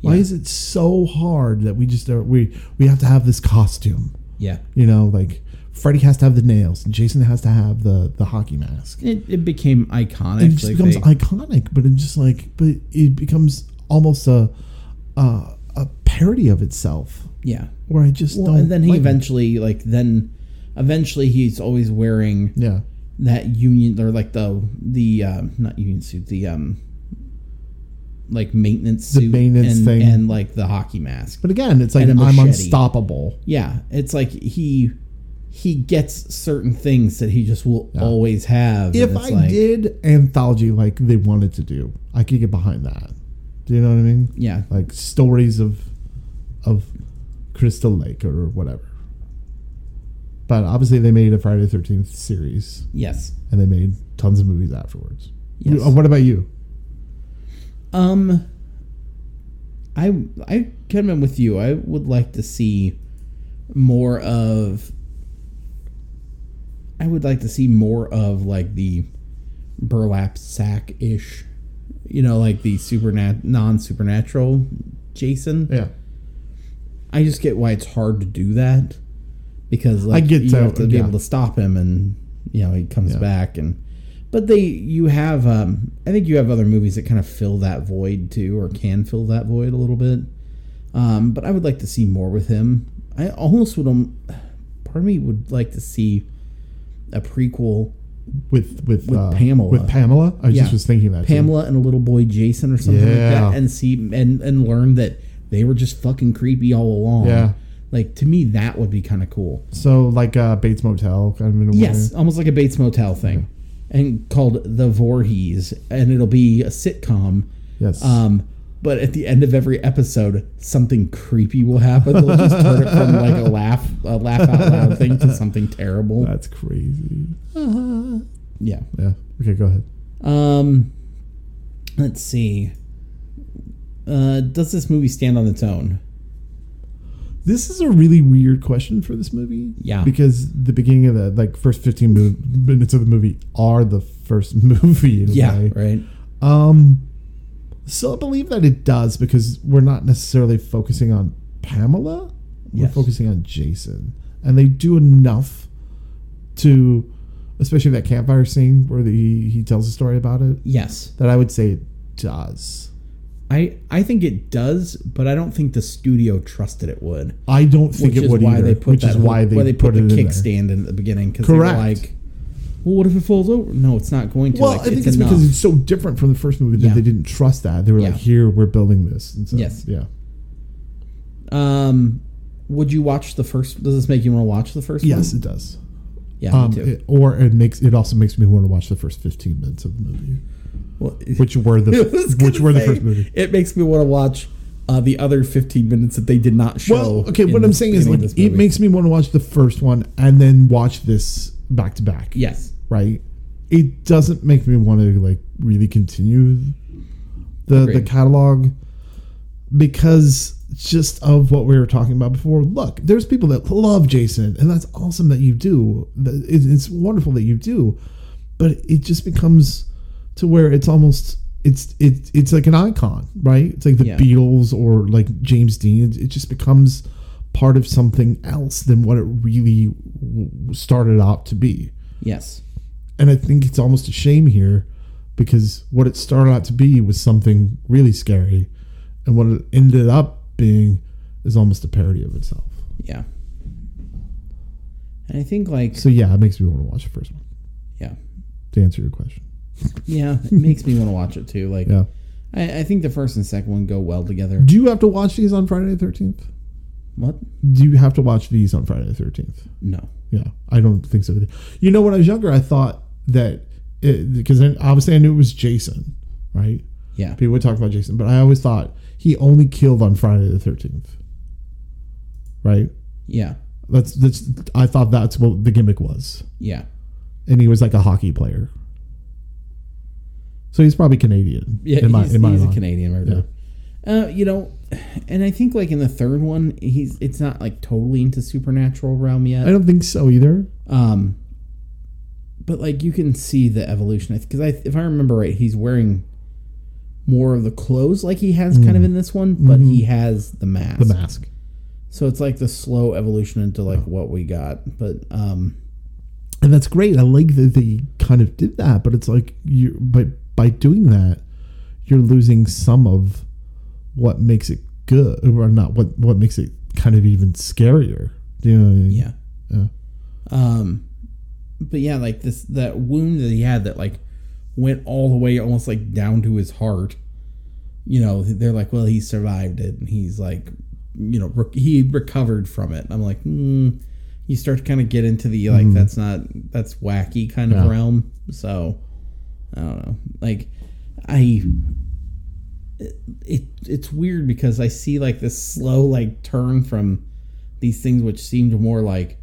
[SPEAKER 1] Why
[SPEAKER 2] Yeah.
[SPEAKER 1] is it so hard that we just are, we we have to have this costume?
[SPEAKER 2] Yeah,
[SPEAKER 1] You know, like Freddy has to have the nails and Jason has to have the the hockey mask
[SPEAKER 2] it, it became iconic.
[SPEAKER 1] it just
[SPEAKER 2] like
[SPEAKER 1] becomes
[SPEAKER 2] they-
[SPEAKER 1] iconic but it's just like but it becomes almost a uh, a parody of itself
[SPEAKER 2] yeah.
[SPEAKER 1] where i just
[SPEAKER 2] Well,
[SPEAKER 1] don't
[SPEAKER 2] and then he
[SPEAKER 1] like it.
[SPEAKER 2] eventually, like then, eventually he's always wearing
[SPEAKER 1] yeah
[SPEAKER 2] that union or like the the um, not union suit the um like maintenance
[SPEAKER 1] The
[SPEAKER 2] suit
[SPEAKER 1] maintenance
[SPEAKER 2] and,
[SPEAKER 1] thing.
[SPEAKER 2] and like the hockey mask
[SPEAKER 1] but again it's like
[SPEAKER 2] And a
[SPEAKER 1] i'm
[SPEAKER 2] machete.
[SPEAKER 1] unstoppable
[SPEAKER 2] yeah it's like he he gets certain things that he just will always have and
[SPEAKER 1] if
[SPEAKER 2] it's
[SPEAKER 1] i
[SPEAKER 2] like-
[SPEAKER 1] did anthology like they wanted to do i could get behind that do you know what i mean
[SPEAKER 2] yeah
[SPEAKER 1] like stories of of crystal lake or whatever but obviously they made a friday the 13th series
[SPEAKER 2] yes
[SPEAKER 1] and they made tons of movies afterwards
[SPEAKER 2] Yes.
[SPEAKER 1] what about you
[SPEAKER 2] um i i kind of am with you i would like to see more of i would like to see more of like the burlap sack ish you know like the supernat non-supernatural jason
[SPEAKER 1] yeah
[SPEAKER 2] I just get why it's hard to do that because like,
[SPEAKER 1] I get
[SPEAKER 2] you
[SPEAKER 1] that,
[SPEAKER 2] have to be
[SPEAKER 1] yeah.
[SPEAKER 2] able to stop him, and you know he comes
[SPEAKER 1] Yeah.
[SPEAKER 2] back, and but they you have um, I think you have other movies that kind of fill that void too, or can fill that void a little bit. Um, but I would like to see more with him. I almost would. Um, part of me would like to see a prequel,
[SPEAKER 1] with with,
[SPEAKER 2] With
[SPEAKER 1] uh,
[SPEAKER 2] Pamela.
[SPEAKER 1] With Pamela, I
[SPEAKER 2] Yeah.
[SPEAKER 1] just was thinking that. too.
[SPEAKER 2] Pamela and a little boy Jason or something
[SPEAKER 1] Yeah.
[SPEAKER 2] like that, and see and and learn that they were just fucking creepy all along.
[SPEAKER 1] Yeah.
[SPEAKER 2] Like to me, that would be kind of cool.
[SPEAKER 1] So like uh, Bates Motel, kind of in a way.
[SPEAKER 2] Yes, almost like a Bates Motel thing, and called The Voorhees, and it'll be a sitcom.
[SPEAKER 1] Yes.
[SPEAKER 2] Um, but at the end of every episode, something creepy will happen. They'll just turn it from like a laugh, a laugh out loud thing to something terrible.
[SPEAKER 1] That's crazy.
[SPEAKER 2] Yeah.
[SPEAKER 1] Yeah. Okay, go ahead.
[SPEAKER 2] Um, let's see. Uh, does this movie stand on its own?
[SPEAKER 1] This is a really weird question for this movie.
[SPEAKER 2] Yeah.
[SPEAKER 1] Because the beginning of the like first fifteen mo- minutes of the movie are the first movie. In a
[SPEAKER 2] Yeah.
[SPEAKER 1] way.
[SPEAKER 2] Right.
[SPEAKER 1] Um. So I believe that it does because we're not necessarily focusing on Pamela. We're
[SPEAKER 2] Yes.
[SPEAKER 1] focusing on Jason, and they do enough to, especially that campfire scene where the, he he tells a story about it.
[SPEAKER 2] Yes.
[SPEAKER 1] That I would say it does.
[SPEAKER 2] I I think it does, but I don't think the studio trusted it would.
[SPEAKER 1] I don't think
[SPEAKER 2] which
[SPEAKER 1] it
[SPEAKER 2] is
[SPEAKER 1] would
[SPEAKER 2] why
[SPEAKER 1] either.
[SPEAKER 2] they put
[SPEAKER 1] which
[SPEAKER 2] that
[SPEAKER 1] is
[SPEAKER 2] whole-
[SPEAKER 1] why they, put,
[SPEAKER 2] the
[SPEAKER 1] it in there.
[SPEAKER 2] kickstand in at the beginning because they were
[SPEAKER 1] Correct.
[SPEAKER 2] like, well, what if it falls over? No, it's not going to.
[SPEAKER 1] Well,
[SPEAKER 2] like,
[SPEAKER 1] I think it's,
[SPEAKER 2] it's, enough.
[SPEAKER 1] because it's so different from the first movie that
[SPEAKER 2] Yeah.
[SPEAKER 1] they didn't trust that. They were like,
[SPEAKER 2] Yeah.
[SPEAKER 1] "Here, we're building this." And so,
[SPEAKER 2] Yes.
[SPEAKER 1] Yeah.
[SPEAKER 2] um, would you watch the first? Does this make you want to watch the first?
[SPEAKER 1] Yes,
[SPEAKER 2] one?
[SPEAKER 1] it does.
[SPEAKER 2] Yeah,
[SPEAKER 1] Um,
[SPEAKER 2] me too.
[SPEAKER 1] it- or it makes it also makes me want to watch the first fifteen minutes of the movie,
[SPEAKER 2] Well,
[SPEAKER 1] which were the
[SPEAKER 2] I was
[SPEAKER 1] which
[SPEAKER 2] gonna
[SPEAKER 1] were the
[SPEAKER 2] say,
[SPEAKER 1] first movie.
[SPEAKER 2] It makes me want to watch uh, the other fifteen minutes that they did not show.
[SPEAKER 1] Well, okay.
[SPEAKER 2] in
[SPEAKER 1] What
[SPEAKER 2] the
[SPEAKER 1] I'm saying is,
[SPEAKER 2] beginning
[SPEAKER 1] like,
[SPEAKER 2] of this
[SPEAKER 1] it
[SPEAKER 2] movie.
[SPEAKER 1] makes me want to watch the first one and then watch this back to back.
[SPEAKER 2] yes.
[SPEAKER 1] Right. It doesn't make me want to like really continue the the
[SPEAKER 2] Agreed.
[SPEAKER 1] catalog because just of what we were talking about before. Look, there's people that love Jason, and that's awesome that you do. That- it- It's wonderful that you do, but it just becomes to where it's almost it's it, it's like an icon, right? It's like the
[SPEAKER 2] Yeah.
[SPEAKER 1] Beatles or like James Dean. It, it just becomes part of something else than what it really w- started out to be.
[SPEAKER 2] Yes.
[SPEAKER 1] And I think it's almost a shame here because what it started out to be was something really scary. And what it ended up being is almost a parody of itself.
[SPEAKER 2] Yeah. And I think like
[SPEAKER 1] So, yeah, it makes me want to watch the first one
[SPEAKER 2] yeah.
[SPEAKER 1] to answer your question.
[SPEAKER 2] Yeah, it makes me want to watch it too. Like,
[SPEAKER 1] Yeah.
[SPEAKER 2] I, I think the first and second one go well together.
[SPEAKER 1] Do you have to watch these on Friday the 13th?
[SPEAKER 2] What?
[SPEAKER 1] Do you have to watch these on Friday the 13th?
[SPEAKER 2] No.
[SPEAKER 1] Yeah, I don't think so. You know, when I was younger, I thought that because then obviously I knew it was Jason, right?
[SPEAKER 2] Yeah.
[SPEAKER 1] People would talk about Jason, but I always thought he only killed on Friday the Thirteenth, right?
[SPEAKER 2] Yeah.
[SPEAKER 1] That's that's I thought that's what the gimmick was,
[SPEAKER 2] Yeah.
[SPEAKER 1] and he was like a hockey player, so he's probably Canadian.
[SPEAKER 2] Yeah.
[SPEAKER 1] in my,
[SPEAKER 2] he's
[SPEAKER 1] in my
[SPEAKER 2] he's a
[SPEAKER 1] mind.
[SPEAKER 2] Canadian murderer. Uh, you know, and I think like in the third one, he's it's not like totally into supernatural realm yet.
[SPEAKER 1] I don't think so either.
[SPEAKER 2] Um, but like you can see the evolution because I, if I remember right, he's wearing more of the clothes like he has kind of in this one, but he has the mask.
[SPEAKER 1] Mm. Mm-hmm. The mask. Oh.
[SPEAKER 2] So it's like the slow evolution into like what we got. But um,
[SPEAKER 1] and that's great. I like that they kind of did that, but it's like you by by doing that, you're losing some of what makes it good, or not what what makes it kind of even scarier. Do you know? What I mean?
[SPEAKER 2] yeah,
[SPEAKER 1] Yeah.
[SPEAKER 2] um, but yeah, like this that wound that he had that like went all the way almost like down to his heart. You know, they're like, well, he survived it, and he's like, you know, rec- he recovered from it. I'm like, mm, you start to kind of get into the like that's not that's wacky kind of
[SPEAKER 1] Mm-hmm. Yeah.
[SPEAKER 2] realm. So I don't know, like I. It, it it's weird because I see like this slow like turn from these things which seemed more like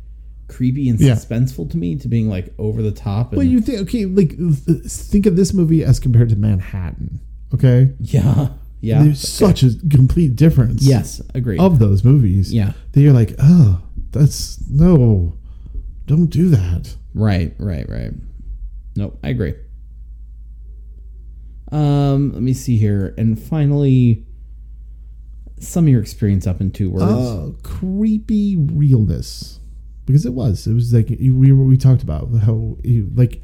[SPEAKER 2] creepy and
[SPEAKER 1] Yeah.
[SPEAKER 2] suspenseful to me to being like over the top and
[SPEAKER 1] Well, you think okay, like th- think of this movie as compared to Manhattan. Okay,
[SPEAKER 2] yeah yeah
[SPEAKER 1] there's such a complete difference.
[SPEAKER 2] yes agree
[SPEAKER 1] of those movies.
[SPEAKER 2] yeah
[SPEAKER 1] that you're like, oh, that's no, don't do that.
[SPEAKER 2] Right, right, right. Nope, I agree. Um, let me see here. And finally, sum your experience up in two words.
[SPEAKER 1] Oh, creepy realness. Because it was. It was like you- we we talked about how you like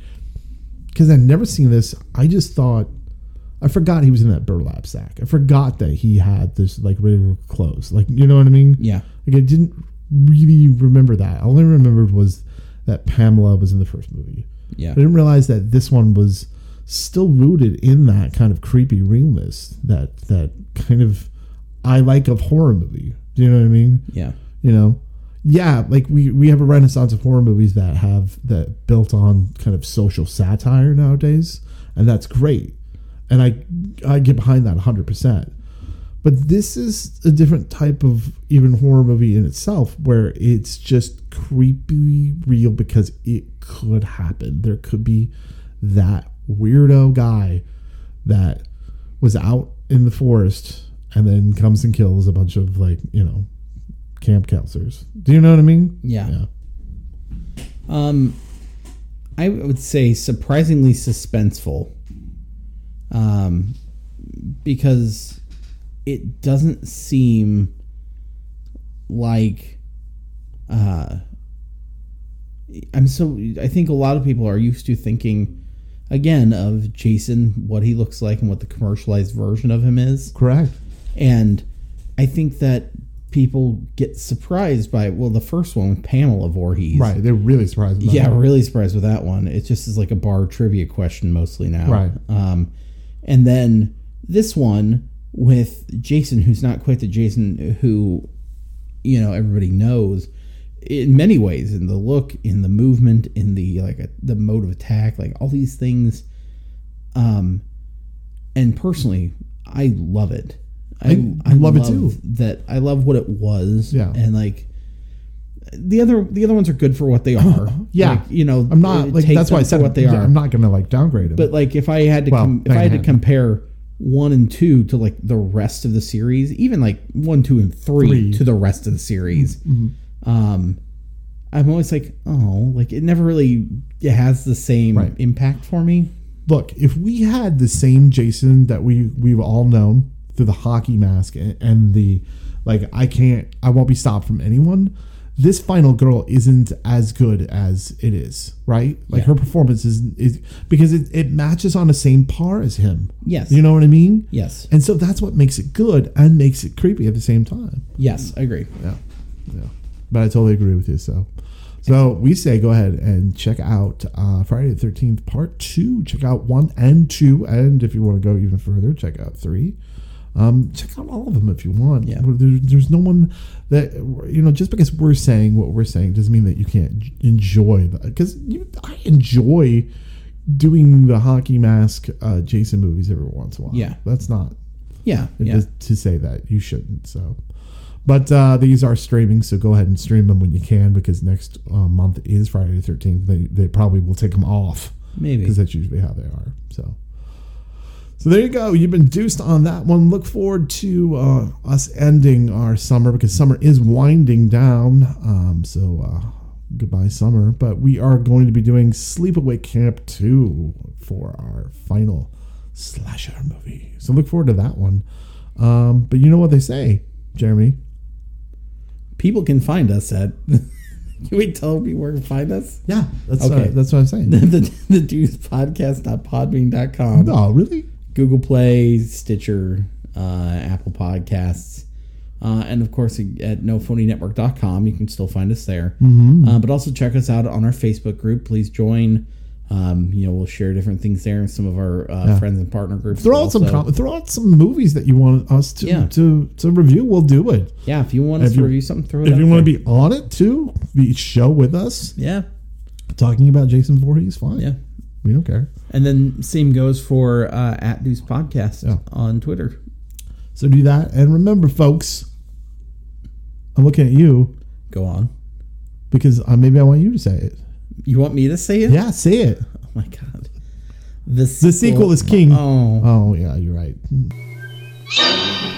[SPEAKER 1] because I'd never seen this. I just thought I forgot he was in that burlap sack. I forgot that he had this like regular clothes. Like you know what I mean?
[SPEAKER 2] yeah,
[SPEAKER 1] Like I didn't really remember that. All I remembered was that Pamela was in the first movie.
[SPEAKER 2] yeah,
[SPEAKER 1] I didn't realize that this one was still rooted in that kind of creepy realness. That that kind of I like of horror movie. Do you know what I mean?
[SPEAKER 2] yeah,
[SPEAKER 1] you know yeah like we we have a renaissance of horror movies that have that built on kind of social satire nowadays and that's great and i i get behind that 100% but this is a different type of even horror movie in itself where it's just creepy real because it could happen there could be that weirdo guy that was out in the forest and then comes and kills a bunch of like you know camp counselors. Do you know what I mean?
[SPEAKER 2] yeah. Um, I would say surprisingly suspenseful. Um, because it doesn't seem like uh I'm so I think a lot of people are used to thinking again of Jason what he looks like and what the commercialized version of him is
[SPEAKER 1] Correct.
[SPEAKER 2] and I think that people get surprised by well the first one with Pamela Voorhees
[SPEAKER 1] Right. They're really surprised. About
[SPEAKER 2] yeah,
[SPEAKER 1] that.
[SPEAKER 2] really surprised with that one. It just is like a bar trivia question mostly now.
[SPEAKER 1] Right.
[SPEAKER 2] Um, and then this one with Jason, who's not quite the Jason who, you know, everybody knows in many ways in the look, in the movement, in the like a, the mode of attack, like all these things. Um, and personally, I love it. I,
[SPEAKER 1] I love it too.
[SPEAKER 2] That I love what it was.
[SPEAKER 1] Yeah.
[SPEAKER 2] And like the other the other ones are good for what they are.
[SPEAKER 1] Yeah.
[SPEAKER 2] Like, you know,
[SPEAKER 1] I'm not
[SPEAKER 2] it
[SPEAKER 1] like
[SPEAKER 2] takes
[SPEAKER 1] that's why I
[SPEAKER 2] them for
[SPEAKER 1] said
[SPEAKER 2] what they
[SPEAKER 1] yeah,
[SPEAKER 2] are.
[SPEAKER 1] I'm not gonna like downgrade them.
[SPEAKER 2] but like if I had to
[SPEAKER 1] Well,
[SPEAKER 2] com- if I had to
[SPEAKER 1] Manhattan.
[SPEAKER 2] compare one and two to like the rest of the series, even like one, two, and three,
[SPEAKER 1] Three. Mm-hmm.
[SPEAKER 2] to the rest of the series, um, I'm always like, oh, like it never really it has the same
[SPEAKER 1] Right.
[SPEAKER 2] impact for me.
[SPEAKER 1] look, if we had the same Jason that we we've all known through the hockey mask and, and the like, I can't, I won't be stopped from anyone. This final girl isn't as good as it is, right? Like her performance is, is because it, it matches on the same par as him.
[SPEAKER 2] Yes.
[SPEAKER 1] You know what I mean?
[SPEAKER 2] Yes.
[SPEAKER 1] And so that's what makes it good and makes it creepy at the same time.
[SPEAKER 2] Yes, I agree.
[SPEAKER 1] Yeah. Yeah. But I totally agree with you. So So we say go ahead and check out uh, Friday the Thirteenth Part Two. Check out one and two, and if you want to go even further, check out three. Um, check out all of them if you want.
[SPEAKER 2] Yeah.
[SPEAKER 1] There- there's no one that you know. Just because we're saying what we're saying doesn't mean that you can't enjoy. Because I enjoy doing the hockey mask uh, Jason movies every once in a while.
[SPEAKER 2] Yeah.
[SPEAKER 1] that's not
[SPEAKER 2] Yeah,
[SPEAKER 1] it
[SPEAKER 2] yeah.
[SPEAKER 1] does- to say that you shouldn't. So, but uh, these are streaming, so go ahead and stream them when you can because next uh, month is Friday the thirteenth. They they probably will take them off
[SPEAKER 2] Maybe.
[SPEAKER 1] because that's usually how they are. So. So there you go. You've been deuced on that one. Look forward to uh, us ending our summer because summer is winding down. Um, so uh, goodbye, summer. But we are going to be doing Sleepaway Camp 2 for our final slasher movie. So look forward to that one. Um, but you know what they say, Jeremy?
[SPEAKER 2] People can find us at. can we tell people where to find us?
[SPEAKER 1] Yeah, that's
[SPEAKER 2] Okay.
[SPEAKER 1] uh, that's what I'm saying.
[SPEAKER 2] the the dudes podcast.podbean.com.
[SPEAKER 1] no, really?
[SPEAKER 2] Google Play, Stitcher, uh, Apple Podcasts, uh, and of course at nophonynetwork.com. You can still find us there.
[SPEAKER 1] Mm-hmm.
[SPEAKER 2] Uh, but also check us out on our Facebook group. Please join. Um, you know, we'll share different things there and some of our uh, friends and partner groups.
[SPEAKER 1] Throw out some
[SPEAKER 2] also.
[SPEAKER 1] com- throw out some movies that you want us to
[SPEAKER 2] Yeah.
[SPEAKER 1] to, to review. We'll do it.
[SPEAKER 2] Yeah, if you want us
[SPEAKER 1] If
[SPEAKER 2] to
[SPEAKER 1] you-
[SPEAKER 2] review something, throw it
[SPEAKER 1] If
[SPEAKER 2] out
[SPEAKER 1] you want
[SPEAKER 2] there.
[SPEAKER 1] to be on it too, the show with us
[SPEAKER 2] Yeah,
[SPEAKER 1] talking about Jason Voorhees, fine.
[SPEAKER 2] yeah.
[SPEAKER 1] we don't care.
[SPEAKER 2] And then same goes for uh, at Deuce Podcast
[SPEAKER 1] Yeah.
[SPEAKER 2] on Twitter.
[SPEAKER 1] So do that, and remember, folks, I'm looking at you
[SPEAKER 2] Go on.
[SPEAKER 1] because uh, maybe I want you to say it.
[SPEAKER 2] You want me to say it?
[SPEAKER 1] Yeah, say it.
[SPEAKER 2] Oh my god. The sequel,
[SPEAKER 1] The sequel is king.
[SPEAKER 2] Oh.
[SPEAKER 1] Oh yeah, you're right.
[SPEAKER 3] Sleepaway